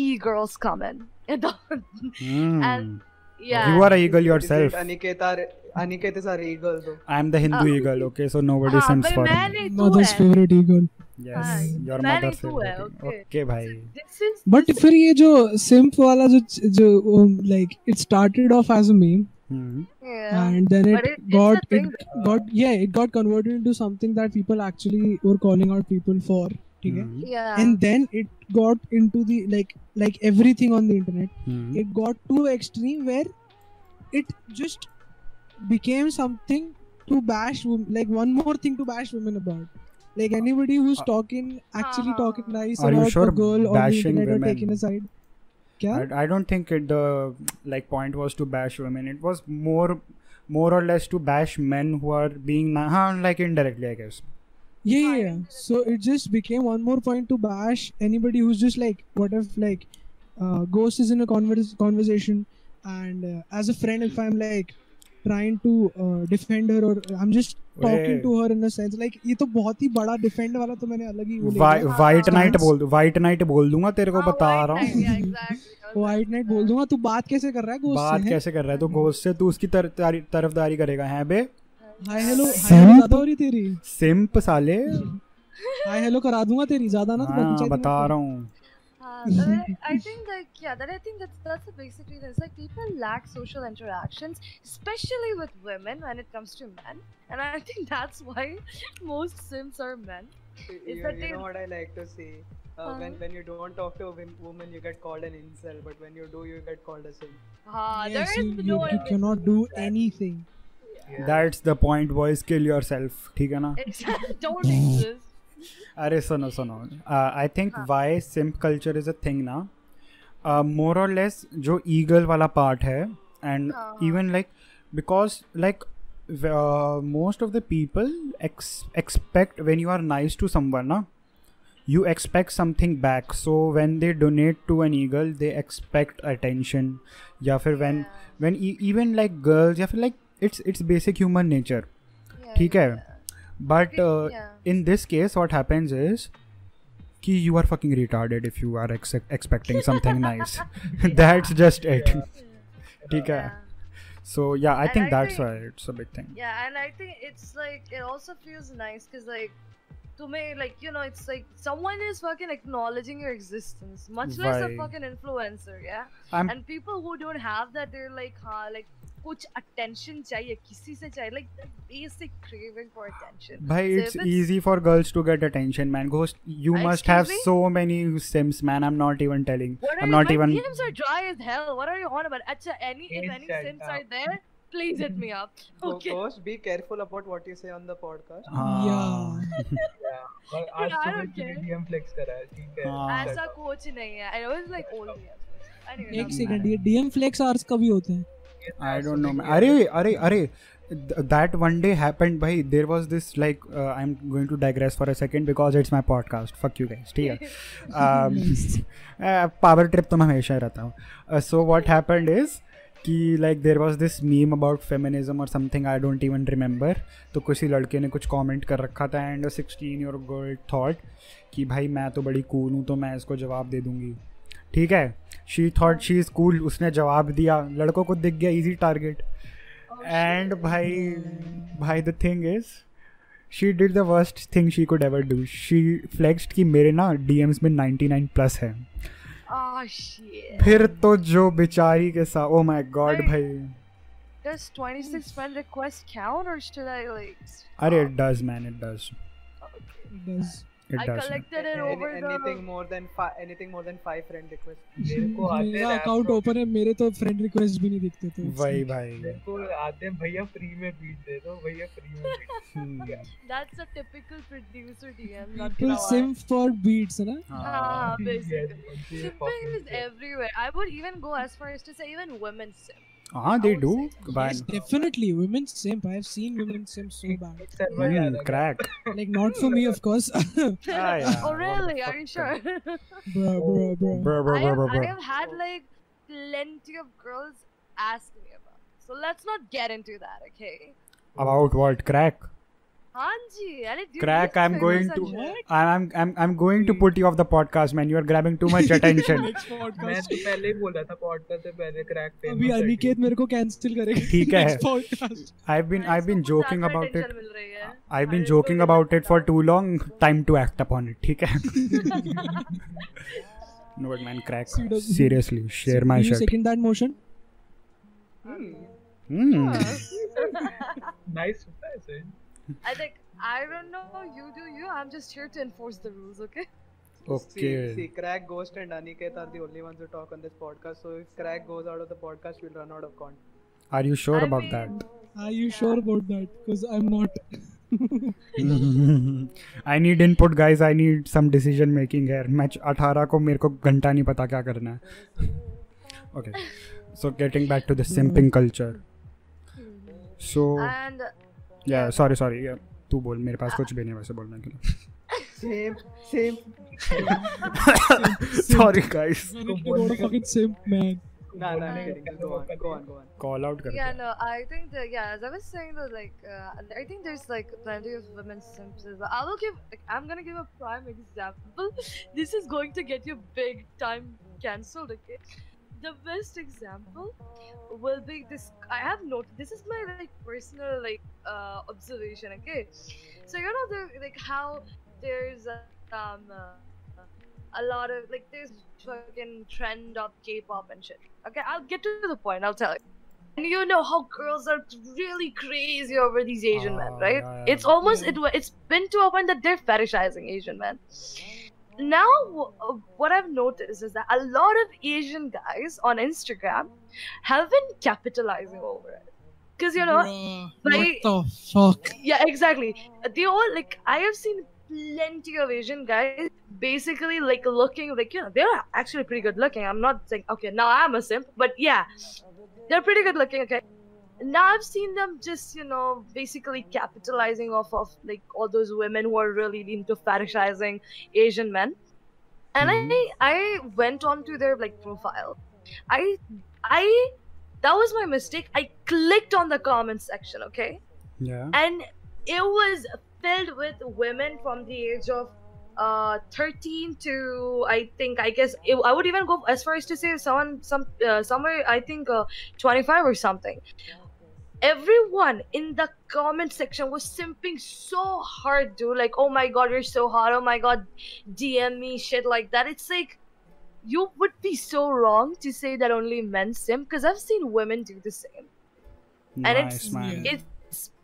e-girls come in Hmm. and- yeah You are a eagle Is it yourself. Aniket are Aniket is our eagle though. I am the Hindu Uh, eagle, okay? So nobody हाँ, sends भाई, for me. मैंने तू mother's है। Favourite eagle Yes, हाँ, your मैंने mother's तू है, favorite. okay. Okay, भाई. this is बट this फिर ये जो सिम्प वाला जो जो like it started off as a meme Hmm. yeah. and then But it it- it's got it a thing. got yeah it got converted into something that people actually were calling out people for ठीक है? Hmm. yeah and then it got into the like like everything on the internet Hmm. it got to extreme where it just became something to bash wom- like one more thing to bash women about like anybody who's Uh, talking actually Uh-huh. talking nice Are you about sure a girl on the bashing internet or women- taking a side yeah I, I don't think it the like point was to bash women. It was more more or less to bash men who are being na- huh, like indirectly, I guess. yeah yeah, I yeah. don't get it. so it just became one more point to bash anybody who's just like what if like uh, ghost is in a convers- conversation and uh, as a friend if i'm like trying to uh, defend her or i'm just talking Hey. to her in a sense like ये तो बहुत ही बड़ा defend वाला तो मैंने अलग ही वो ले Whi- लिया। white हाँ। knight बोल white knight बोल दूंगा तेरे को हाँ, बता white रहा knight, हूँ Oh, yeah, exactly. I was white like, knight बोल दूंगा तू बात कैसे कर रहा है बात ghost से कैसे कर रहा है तो घोष से तू उसकी तर, तारी- तरफदारी करेगा है बे हाय हेलो Simp? हाय ज्यादा हो रही तेरी सिंप साले हाँ, हाय हेलो करा दूंगा तेरी ज्यादा ना तो हाँ, पंचायती मत बता कर। रहा हूँ Uh, I mean, I think like yeah, that I think that's that's the basic reason. It's like people lack social interactions, especially with women when it comes to men, and I think that's why most sims are men. You, that you they- know what I like to say? Uh, When Huh? when you don't talk to a wom- woman, you get called an incel. But when you do, you get called a simp. Ah, Yeah, there see, is you, no you in- cannot do anything that's the point boys kill yourself ठीक है ना it's, don't exist. अरे सुनो सुनो I think why simp culture is a thing ना more और less जो eagle वाला पार्ट है एंड हाँ, हाँ. Even like because like most of the people expect when you are nice to someone ना you expect something back so when they donate to an eagle they expect attention या फिर when when e- even like girls या फिर like it's it's basic human nature Yeah, ठीक है uh, but Yeah. In this case what happens is कि you are fucking retarded if you are expecting something nice that's just it ठीक है yeah. So या I And think I that's think- why it's a big thing Yeah, and I think it's like it also feels nice because like to me, like you know, it's like someone is fucking acknowledging your existence, much less a Right. fucking influencer, yeah. I'm- And people who don't have that, they're like, huh, like kuch attention chahiye, kisi se chahiye, like the basic craving for attention. भाई So it's if easy for girls to get attention man ghost you Uh, must excuse have me? So many sims man I am not even telling What are I'm you, not my even- DMs are dry as hell. What are you on about? Acha, any if Please any shut sims up. are there, please hit me up. Go- Okay. Ghost, be careful about what you say on the podcast. Ah, Yeah. और आज तो सुबह I don't की care. DM flex करा है ठीक है हाँ। ऐसा कुछ नहीं है. I was like old DMs. Anyway, एक not- सेकंड ये डीएम फ्लेक्स आर्स कभी होते हैं आई डोंट नो अरे अरे अरे दैट वन डे हैपेंड भाई there was this like I am going to digress for a second because it's my podcast fuck you guys ठीक Um, uh, है पावर ट्रिप तो मैं हमेशा ही रहता हूँ सो वॉट हैपेंड इज कि like there was this meme about feminism और something I don't even remember तो किसी लड़के ने कुछ कमेंट कर रखा था and sixteen year girl thought कि भाई मैं तो बड़ी कूल हूँ तो मैं इसको जवाब दे दूंगी ठीक है she thought she is cool उसने जवाब दिया लड़कों को दिख गया इजी टारगेट एंड भाई भाई the thing is she did the worst thing she could ever do she flexed कि मेरे ना डीएम्स में 99 प्लस है Oh shit. फिर तो जो बेचारी के साथ ओ माय गॉड भाई Does 26 friend request count or should I like? अरे it does man it does Does- it I does collected it Any- over anything the. more than five anything more than five friend requests मेरे को आते मेरा हैं account laptop- open है मेरे तो friend request भी नहीं दिखते तो। थे वही मेरे भाई को आते हैं भैया फ्री में बीट दे दो भैया फ्री में beat hmm, That's a typical producer DM. Not people gonna simp lie. For beats है ना हाँ, Ah, basically. Simping is basically everywhere. I would even go as far as to say even women simp. हाँ they do Yes, definitely. Women simp. I have seen women simp so bad. Mm, Crack Like not for me, of course. bruh, Ah, yeah, what the oh really? Are you sure? fuck bruh, bruh. Bro I, bro have, bro I bro have had like plenty of girls ask me about. it. So let's not get into that, okay? About what Crack Hanji, I did Crack, I'm going to- I'm I'm I'm I'm going to put you off the podcast, man. You are grabbing too much attention. Next मैं podcast. तो पहले ही बोला था podcast से पहले crack पे अभी अनिकेत मेरे को कैंसिल करेगा ठीक है। Next podcast. I've been I've been joking about it. I've been joking about it for too long. Time to act upon it. ठीक है. no, but man, crack. Seriously, share my Do you shirt. second that motion? Hmm. Nice होता है सही I think I don't know. You do you. I'm just here to enforce the rules, okay? Okay. See, see, Crack, Ghost, and Aniket are the only ones who talk on this podcast. So if Crack goes out of the podcast, we'll run out of content. Are you sure I about mean- that? Are you sure about that? Because I'm not. I need input, guys. I need some decision making here. Match 18 को मेरे को घंटा नहीं पता क्या करना है. Okay. So getting back to the simping culture. So And uh, yeah, sorry, sorry. Yeah. तू बोल मेरे पास कुछ भी नहीं वैसे बोलने के लिए Same, same. Sorry guys What a fucking simp, man. Nah, nah, I'm Right. kidding. Go on, go on, go on. Call out कर yeah, दिया no, I think that yeah, as I was saying though, like uh, I think there's like plenty of women simps as well. I will give, like, I'm gonna give a prime example. this is going to get you big time cancelled, okay? The best example will be this. I have noted. This is my like personal like uh, observation, okay? So you know the like how there's uh, um uh, a lot of like there's fucking trend of K-pop and shit. Okay, I'll get to the point. I'll tell you. And you know how girls are really crazy over these Asian men, Ah, right? yeah, It's almost it, wa- it's been to a point that they're fetishizing Asian men. Now, w- uh, what I've noticed is that a lot of Asian guys on Instagram have been capitalizing over it. Because, you know, Bruh, my- what the fuck? yeah, exactly. They all like I have seen plenty of Asian guys basically like looking like you know they're actually pretty good looking. I'm not saying okay now I'm a simp, but yeah, they're pretty good looking. Okay, now I've seen them just you know basically capitalizing off of like all those women who are really into fetishizing Asian men, and I I went on to their like profile. I I that was my mistake. I clicked on the comment section. Okay या and it was filled with women from the age of uh 13 to i think i guess it, i would even go as far as to say someone some uh, somewhere i think uh, 25 or something everyone in the comment section was simping so hard dude like oh my god you're so hot oh my god dm me shit like that it's like you would be so wrong to say that only men simp because i've seen women do the same and it's- nice man Yeah. it's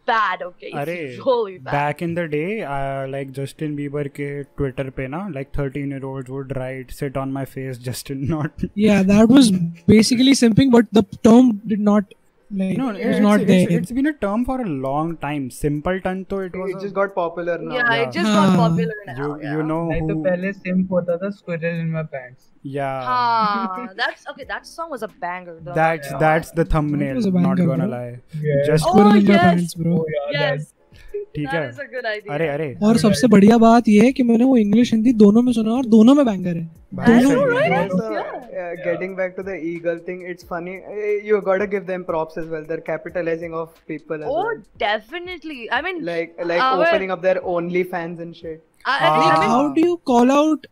bad okay it's अरे really bad back in the day like Justin Bieber के Twitter पे ना like thirteen year old would right sit on my face Justin not Yeah, that was basically simping, but the term did not like no was not there. It's been a term for a long time simple term तो it It just was got popular now. Yeah, Yeah. it just got Huh. popular now. You yeah. You know नहीं तो who पहले SIM होता था squirrel in my pants या Ah, that's okay. That song was a banger. though. That's that's the thumbnail That was a not banger, gonna bro. Lie Yeah. Just Oh, Squirrel in my yes. pants, bro. यार Yes, ठीक That है is a good idea. अरे अरे और सबसे बढ़िया बात यह है कि मैंने वो इंग्लिश हिंदी दोनों में सुना और दोनों में बैंगर है भाई know, साहब, right? भाई Yeah. Also, uh, getting back to the eagle thing, it's funny. Uh, You gotta give them props as well. They're capitalizing off people as Oh, well. definitely. I mean, Like like Our- opening up their OnlyFans and shit. I, I think, like I mean, Ah. how do you call out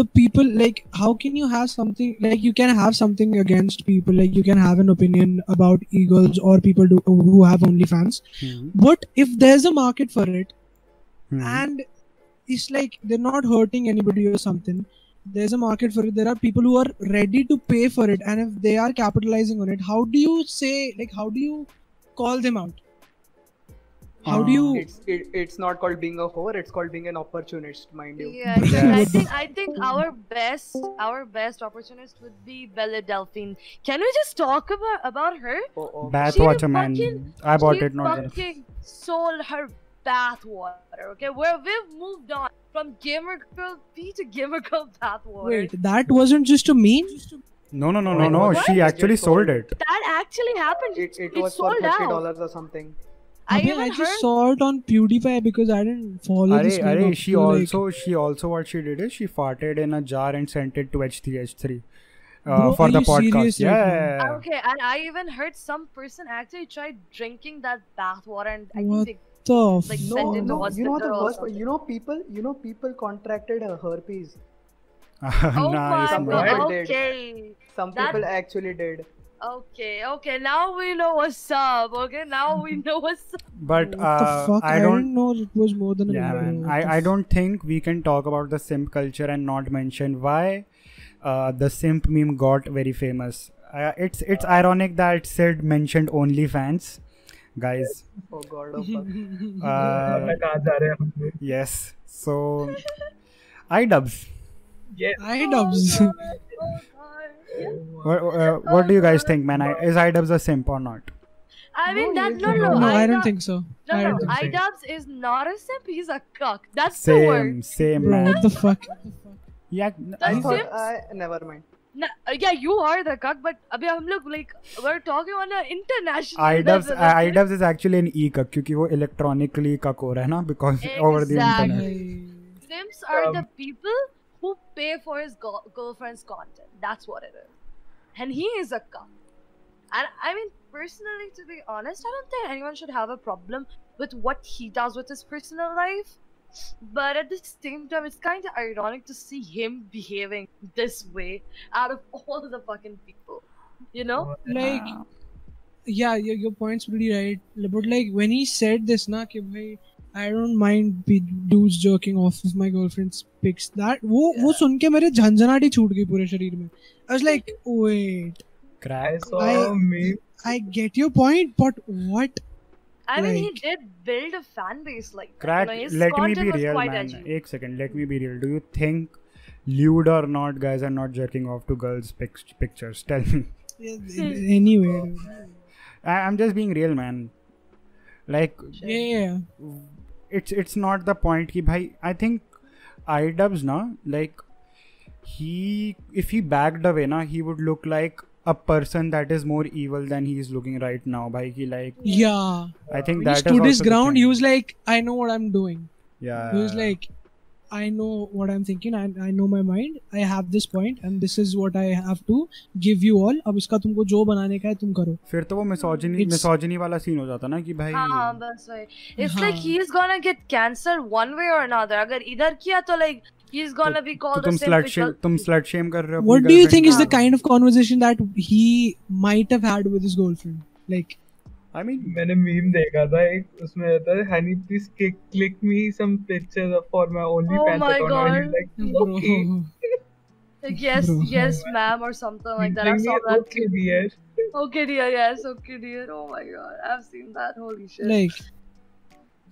the people like how can you have something like you can have something against people like you can have an opinion about eagles or people do, who have only fans hmm, but if there's a market for it Hmm. Hmm, and it's like they're not hurting anybody or something there's a market for it there are people who are ready to pay for it and if they are capitalizing on it how do you say like how do you call them out how do you It's it, it's not called being a whore. It's called being an opportunist, mind you. yeah, exactly. I Yes. think I think our best our best opportunist would be Bella Delphine. Can we just talk about about her? Oh, oh. bath She water man fucking- I bought she it not gonna- fucking sold her bathwater. Okay, where we've moved on from gamer girl P to gamer girl bathwater. wait that wasn't just a meme no no no no no What? she actually sold it That actually happened. It, it It's was for sold thirty out. dollars or something. I Abhi, even I just heard. saw it on PewDiePie because I didn't follow अरे this meme अरे up she to, like- also she also what she did is she farted in a jar and sent it to H3H3 uh, Bro, for are the you serious podcast right now? yeah Okay, and I even heard some person actually tried drinking that bathwater, and I What? think the they like, fuck? send it to you know what the hospital or worst. part- something. You know people. You know people contracted uh, herpes. Oh nice my Some man. god. people did. Okay. Some That- people actually did. Okay. Okay. Now we know what's up. Okay. Now we know what's up. but What the uh, fuck? I didn't don't know it was more than a yeah meme, man bro. What the I, I f- don't think we can talk about the simp culture and not mention why uh, the simp meme got very famous uh, it's it's ironic that Sid mentioned OnlyFans guys Oh god. Oh, fuck. uh, मैं कहाँ जा रहे हैं हम लोग? yes so idubs ये I dubs. Oh, God, oh, God. what, uh, what do you guys think man I- is idubs a simp or not I mean No, that. you No. can- No. No, I don't Idubs- think so. I No. No. don't think so. Idubs is not a simp. He's a cuck. That's the same word. same Bro, man what the fuck? yeah I Does I- thought. Sims- I, never mind. No, yeah, you are the cuck, but abhi hum log like we're talking on an international. IDubs level, okay? IDubs is actually an e cuck क्योंकि वो electronically cuck हो रहा है ना because over the Exactly. internet I- Simps are Um, the people who pay for his go- girlfriend's content. That's what it is. And he is a cuck. And I mean, personally, to be honest, I don't think anyone should have a problem with what he does with his personal life. But at the same time, it's kind of ironic to see him behaving this way out of all the fucking people. You know? Uh, Like, yeah, your, your point's pretty right. But like when he said this, na कि भाई, I don't mind be- dudes jerking off of my girlfriend's pics. That वो वो सुन के मेरे झंझनाट ही छूट गई पूरे शरीर में. I was like, wait, I crack Oh, saw I- a meme. I get your point, but what? I mean, he Like- did build a fan base like that. crack you know, his let me content be was real quite man edgy. एक second let me be real do you think lewd or not guys are not jerking off to girls pic- pictures tell me Anyway, dude. I, I'm just being real man like yeah, yeah. it's it's not the point ki bhai i think idubs na like he if he backed away na he would look like a person that is more evil than he is looking right now bhai he like yeah. i think When he that is stood his also the ground, thing. he was like, I know what I'm doing. yeah he was like, I know what I'm thinking. I, I know my mind. I have this point, and this is what I have to give you all. अब इसका तुमको जो बनाने का है तुम करो. फिर तो वो मिसोजिनी It's- मिसोजिनी वाला सीन हो जाता ना कि भाई हाँ बस वही it's like हाँ. he is gonna get cancer one way or another अगर इधर किया तो like he's gonna be तो called तुम the same slut bitch shame all- तुम स्लट शेम कर रहे हो What do अपनी you girlfriend think is को? the kind of conversation that he might have had with his girlfriend? Like, I mean, मैंने meme देखा था एक उसमें रहता है honey please click me some pictures for my only Oh fans my account God. Like bro, okay like yes Bro. yes ma'am or something like that I saw that okay dear okay dear yes okay dear oh my god I've seen that holy shit like,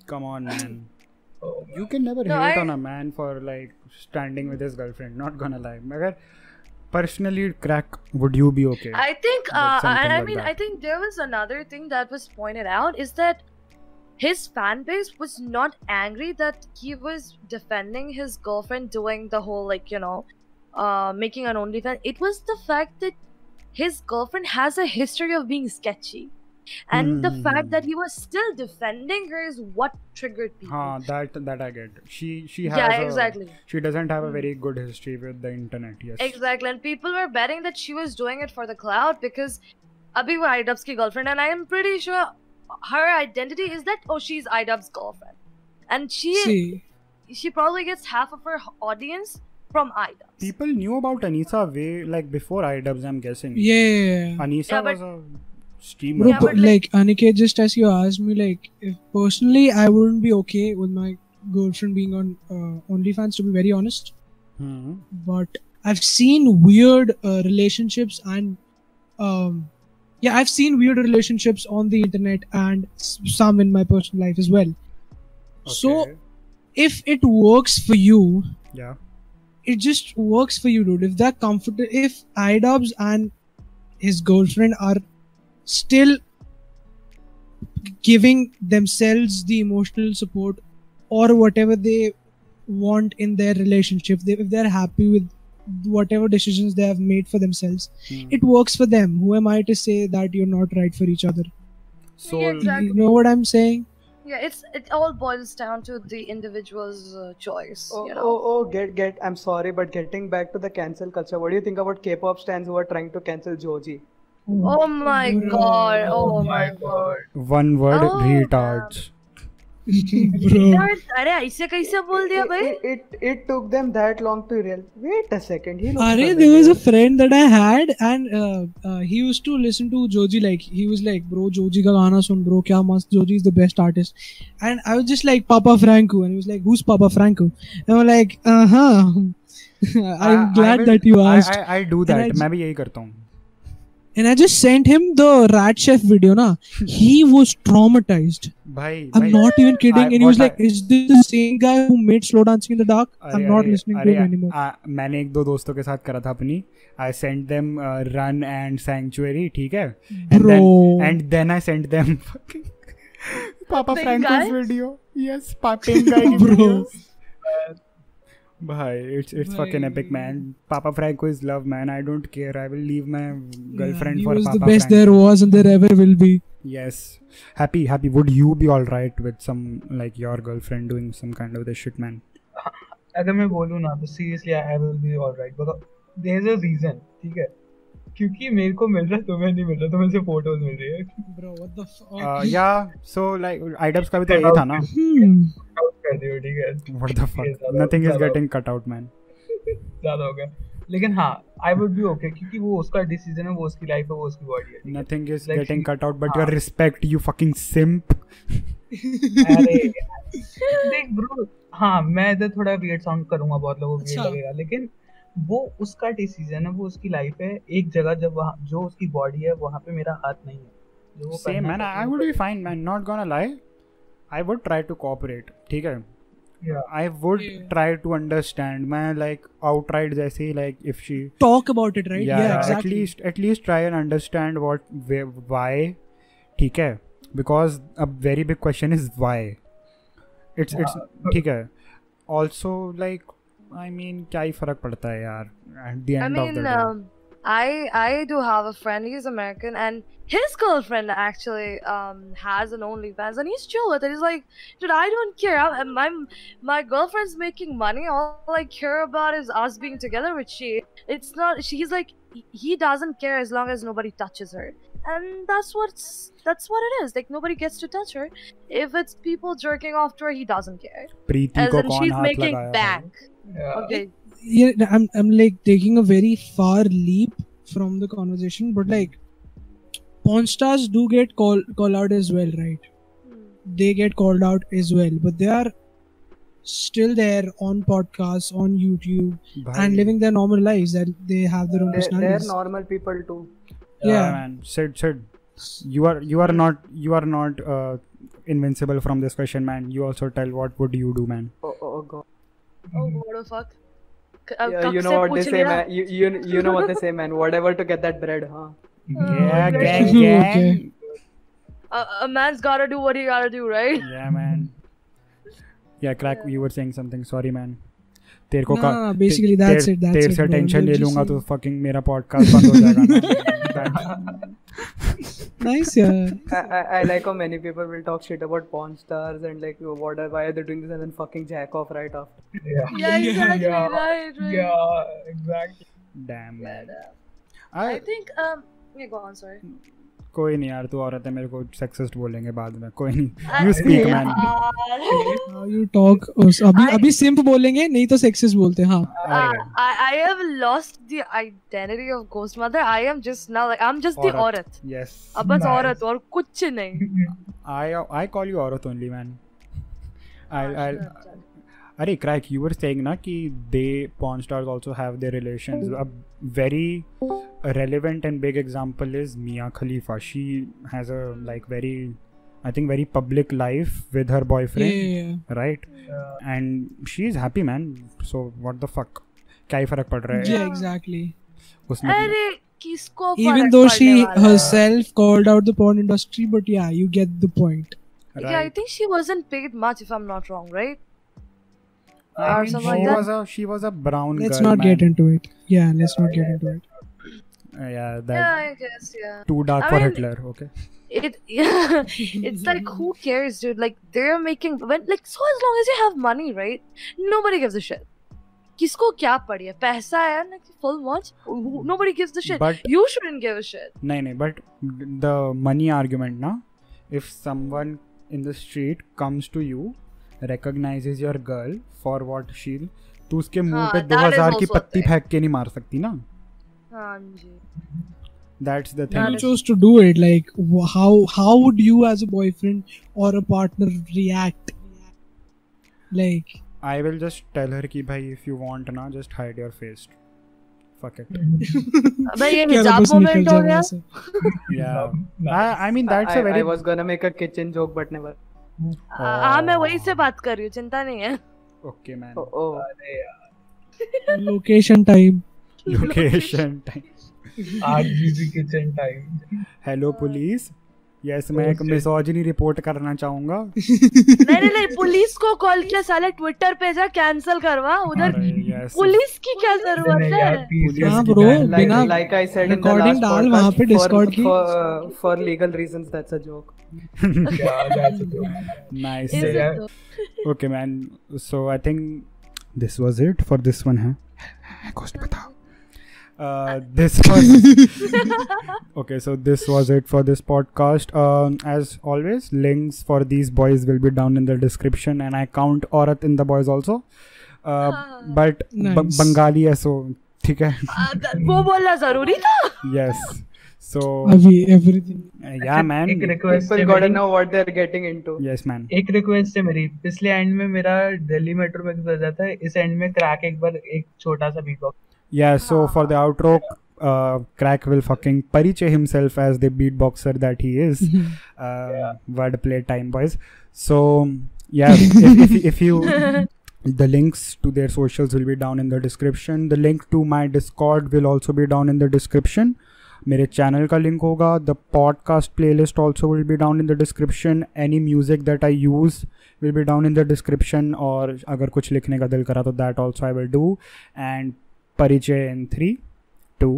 come on, man. You can never No, hate I- on a man for like standing with his girlfriend. Not gonna lie, मगर personally, crack. Would you be okay? I think, uh, But something and I like mean, that. I think there was another thing that was pointed out is that his fan base was not angry that he was defending his girlfriend doing the whole, like, you know, uh, making an OnlyFans. It was the fact that his girlfriend has a history of being sketchy. and the Hmm. fact that he was still defending her is what triggered people. हाँ that that I get. She she has yeah, a, exactly. she doesn't have a Hmm. very good history with the internet. Yes. Exactly, and people were betting that she was doing it for the cloud because Abhi was Idub's ki girlfriend, and I am pretty sure her identity is that oh she's Idub's girlfriend, and she See, she probably gets half of her audience from Idub. People knew about Anisa way like before iDubbbz. I'm guessing. yeah. Anisa Yeah, was but- a streamer. Bro, Yeah, per- but like, Aniket, just as you asked me, like, if personally, I wouldn't be okay with my girlfriend being on uh, OnlyFans, to be very honest. Hmm. But I've seen weird uh, relationships and, um, yeah, I've seen weird relationships on the internet and s- some in my personal life as well. So, Okay. if it works for you, yeah. it just works for you, dude. If they're comfortable, if iDubbbz and his girlfriend are still giving themselves the emotional support or whatever they want in their relationship, they, if they're happy with whatever decisions they have made for themselves, Hmm. it works for them. Who am I to say that you're not right for each other? so Yeah, exactly. You know what I'm saying? Yeah, it's it all boils down to the individual's uh, choice. Oh, you know? oh, oh, get, get. I'm sorry, but getting back to the cancel culture, what do you think about K-pop stands who are trying to cancel Joji? Oh my god! Oh, Oh my my god! one word Oh, retards. Bro. यार, अरे ऐसे कैसे बोल दिया It- भाई? It, it it took them that long to realize. Wait a second, he. looks Are there familiar." was a friend that I had and uh, uh, he used to listen to Joji like he was like bro Joji का गाना सुन bro क्या मस्त Joji is the best artist and I was just like Papa Franco and he was like who's Papa Franco and I'm like uh huh I'm glad will- that you I- asked I, I, do And I that. j- मैं भी यही करता हूँ. and I just sent him the Rat Chef video na he was traumatized भाई. I'm भाई, not even kidding I- and he was what like I- is this the same guy who made slow dancing in the dark I'm not listening to अरे, him anymore आ, मैंने एक दो दोस्तों के साथ करा था अपनी I sent them run and sanctuary ठीक है Bro. And then I sent them पापा Pink फ्रैंकोस guy? वीडियो यस पापिंगा Bro. भाई इट्स इट्स फकिंग भाई। एपिक मैन पापा Franco is love man I don't care I will leave my Yeah, girlfriend he for was the Papa best there was and there ever will be yes happy happy would you be alright with some like your girlfriend doing some kind of this shit man अगर मैं बोलूँ ना तो seriously I will be alright because there is a reason ठीक है क्योंकि मेरे को मिल रहा है तुम्हें नहीं मिल रहा तुम्हें सिर्फ फोटोज मिल रही है bro what the Uh, fuck या सो लाइक आइडब्स का भी तो यही था ना hmm. Out कर दियो ठीक है What the fuck? ये ज्यादा- Nothing is ज्यादा- getting cut out, man. ज्यादा हो गया लेकिन हाँ आई वुड बी ओके क्योंकि वो उसका डिसीजन है वो उसकी लाइफ है वो उसकी बॉडी है ठीक है? Nothing is Like हाँ. getting she- cut out, but your respect, you fucking simp. अरे यार। देख ब्रो हाँ मैं इधर थोड़ा वियर्ड साउंड करूंगा बहुत लोगों को अच्छा। weird लगेगा लेकिन वो उसका डिसीजन है वो उसकी लाइफ है एक जगह जब वहाँ जो उसकी बॉडी है वहाँ पे मेरा हाथ नहीं है जो वो Same, करना man. चाहती I है, would वो be fine, man. Not gonna lie. I would try to cooperate. ठीक है? Yeah. I would Yeah. try to understand. मैं like outright जैसे ही like if she talk about it, right? yeah, Yeah, exactly. at least at least try and understand what wh- why ठीक है because a very big question is why it's it's ठीक है also like I mean क्या ही फर्क पड़ता है यार at the I end of the mean, day um, I I do have a friend. He's American, and his girlfriend actually um has an OnlyFans, and he's chill with it. He's like, dude, I don't care. I'm, my my girlfriend's making money. All I care about is us being together with she. It's not. She's like, he doesn't care as long as nobody touches her, and that's what's that's what it is. Like nobody gets to touch her. If it's people jerking off to her, he doesn't care. Preeti As को in, कौन she's हाथ making लगाया भाई? bank. Yeah. Okay. yeah, I'm, I'm like taking a very far leap from the conversation, but like, porn stars do get call call out as well, right? Hmm. They get called out as well, but they are still there on podcasts, on YouTube, भाई, and living their normal lives. That they have their own They're, they're personalities. normal people too. yeah. man Sid Sid you are you are not you are not uh, invincible from this question man you also tell what would you do man Oh, oh, oh god. Oh, what the fuck? K- uh, Mm-hmm. Yeah, कब you से know what they पूछ say, लिया? man. You, you you know what they say, man. Whatever to get that bread, huh? yeah Oh, okay. gang Okay. gang A, a man's gotta do what he gotta do, right? Yeah, man. Yeah, crack. You were saying something. Sorry, man. तेरे को Nah, basically ते- that's तेरे- it, that's तेरे it, से bro. Tension ले Just लूंगा see. तो fucking मेरा पॉडकास्ट बंद हो जाएगा nice यार I, I, I like how many people will talk shit about porn stars and like what are why are they doing this and then fucking jack off right after. Yeah. Yeah, exactly. Yeah. Right, right. Yeah, exactly. Damn man I think um yeah, go on, sorry. कोई नहीं यार तू औरत है मेरे को sexist बोलेंगे बाद में कोई I- नहीं you speak uh, man Yeah. You talk अभी I- अभी सिंप बोलेंगे नहीं तो सेक्सिस्ट बोलते हैं हाँ Uh, I, I have lost the identity of ghost mother. I am just now like I'm just the Aurat. aurat. Yes अब बस Nice. औरत और कुछ नहीं आई आई कॉल यू औरत ओनली मैन आई आई अच्छा, अच्छा। अरे क्रैक यू वर सेइंग ना कि they porn stars also have their relations a very relevant and big example is Mia Khalifa. She has a like very, I think very public life with her boyfriend, right? Uh, And she is happy, man. So what the fuck? क्या ही फर्क पड़ रहा है yeah exactly उसमें भी? अरे किसको even फर्क though पड़ने she वाला है? herself called out the porn industry but yeah you get the point Yeah, I Right. think she wasn't paid much if I'm not wrong, right? I or mean, something she like that. was a she was a brown let's girl. not Mm, man. get into it yeah let's not get into it Uh, yeah, that Yeah, I guess, yeah. too dark I for mean- Hitler. Okay. It yeah, it's like who cares, dude? Like they're making when like so as long as you have money, right? Nobody gives a shit. किसको क्या पड़ी है पैसा है ना कि full watch nobody gives a shit But you shouldn't give a shit नहीं नहीं but the money argument ना if someone in the street comes to you recognizes your girl for what she तू उसके मुंह हाँ, पे दो that is हजार की also a पत्ती thing. फेंक के नहीं मार सकती ना हाँ जी that's the you That thing is- chose to do it like wh- how how would you as a boyfriend or a partner react like I will just tell her कि भाई इफ यू वांट ना just hide your face fuck it अबे ये क्या हिजाब कुछ निकल moment हो जाए गया वैसे। या nice. I mean that's I, a I very was gonna make a kitchen joke but never. हाँ हाँ, मैं वही से बात कर रही हूँ चिंता नहीं है ओके मैन Oh, oh. अरे यार, location time लोकेशन आज जीजी kitchen time hello police yes मैं एक मिसोजिनी रिपोर्ट करना चाहूंगा नहीं नहीं नहीं पुलिस को कॉल किया साले ट्विटर पे जा कैंसिल करवा उधर यस हाँ। पुलिस की क्या जरूरत है हाँ bro Like, बिना like I said in the recording last डाल वहाँ podcast, पे Discord for, की। for, for legal reasons that's a joke. Nice Is it Yeah. though? okay man so i think this was it for this one huh Ghost batao. uh this was okay so this was it for this podcast um as always links for these boys will be down in the description and i count aurat in the boys also uh Ah. but b- Nice. bengali hai so ठीक है आ, वो बोलना जरूरी था yes so अभी everything या man एक request People gotta know what they're getting into. Yes man एक रिक्वेस्ट है मेरी पिछले एंड में मेरा दिल्ली मेट्रो में गुजर जाता है इस एंड में क्रैक एक बार एक छोटा सा beatbox Yeah, so for the outro, uh, Crack will fucking pariche himself as the beatboxer that he is. Uh, Wordplay time, boys. So, yeah, if, if, if you. The links to their socials will be down in the description. The link to my Discord will also be down in the description. मेरे channel का link होगा the podcast playlist also will be down in the description any music that I use will be down in the description और अगर कुछ लिखने का दिल करा तो that also I will do and परिचय in three two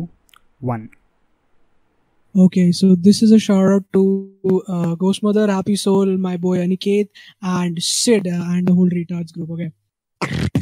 one Okay, so this is a shout out to uh, Ghost Mother, Happy Soul, my boy Aniket, and Sid, uh, and the whole retards group. Okay.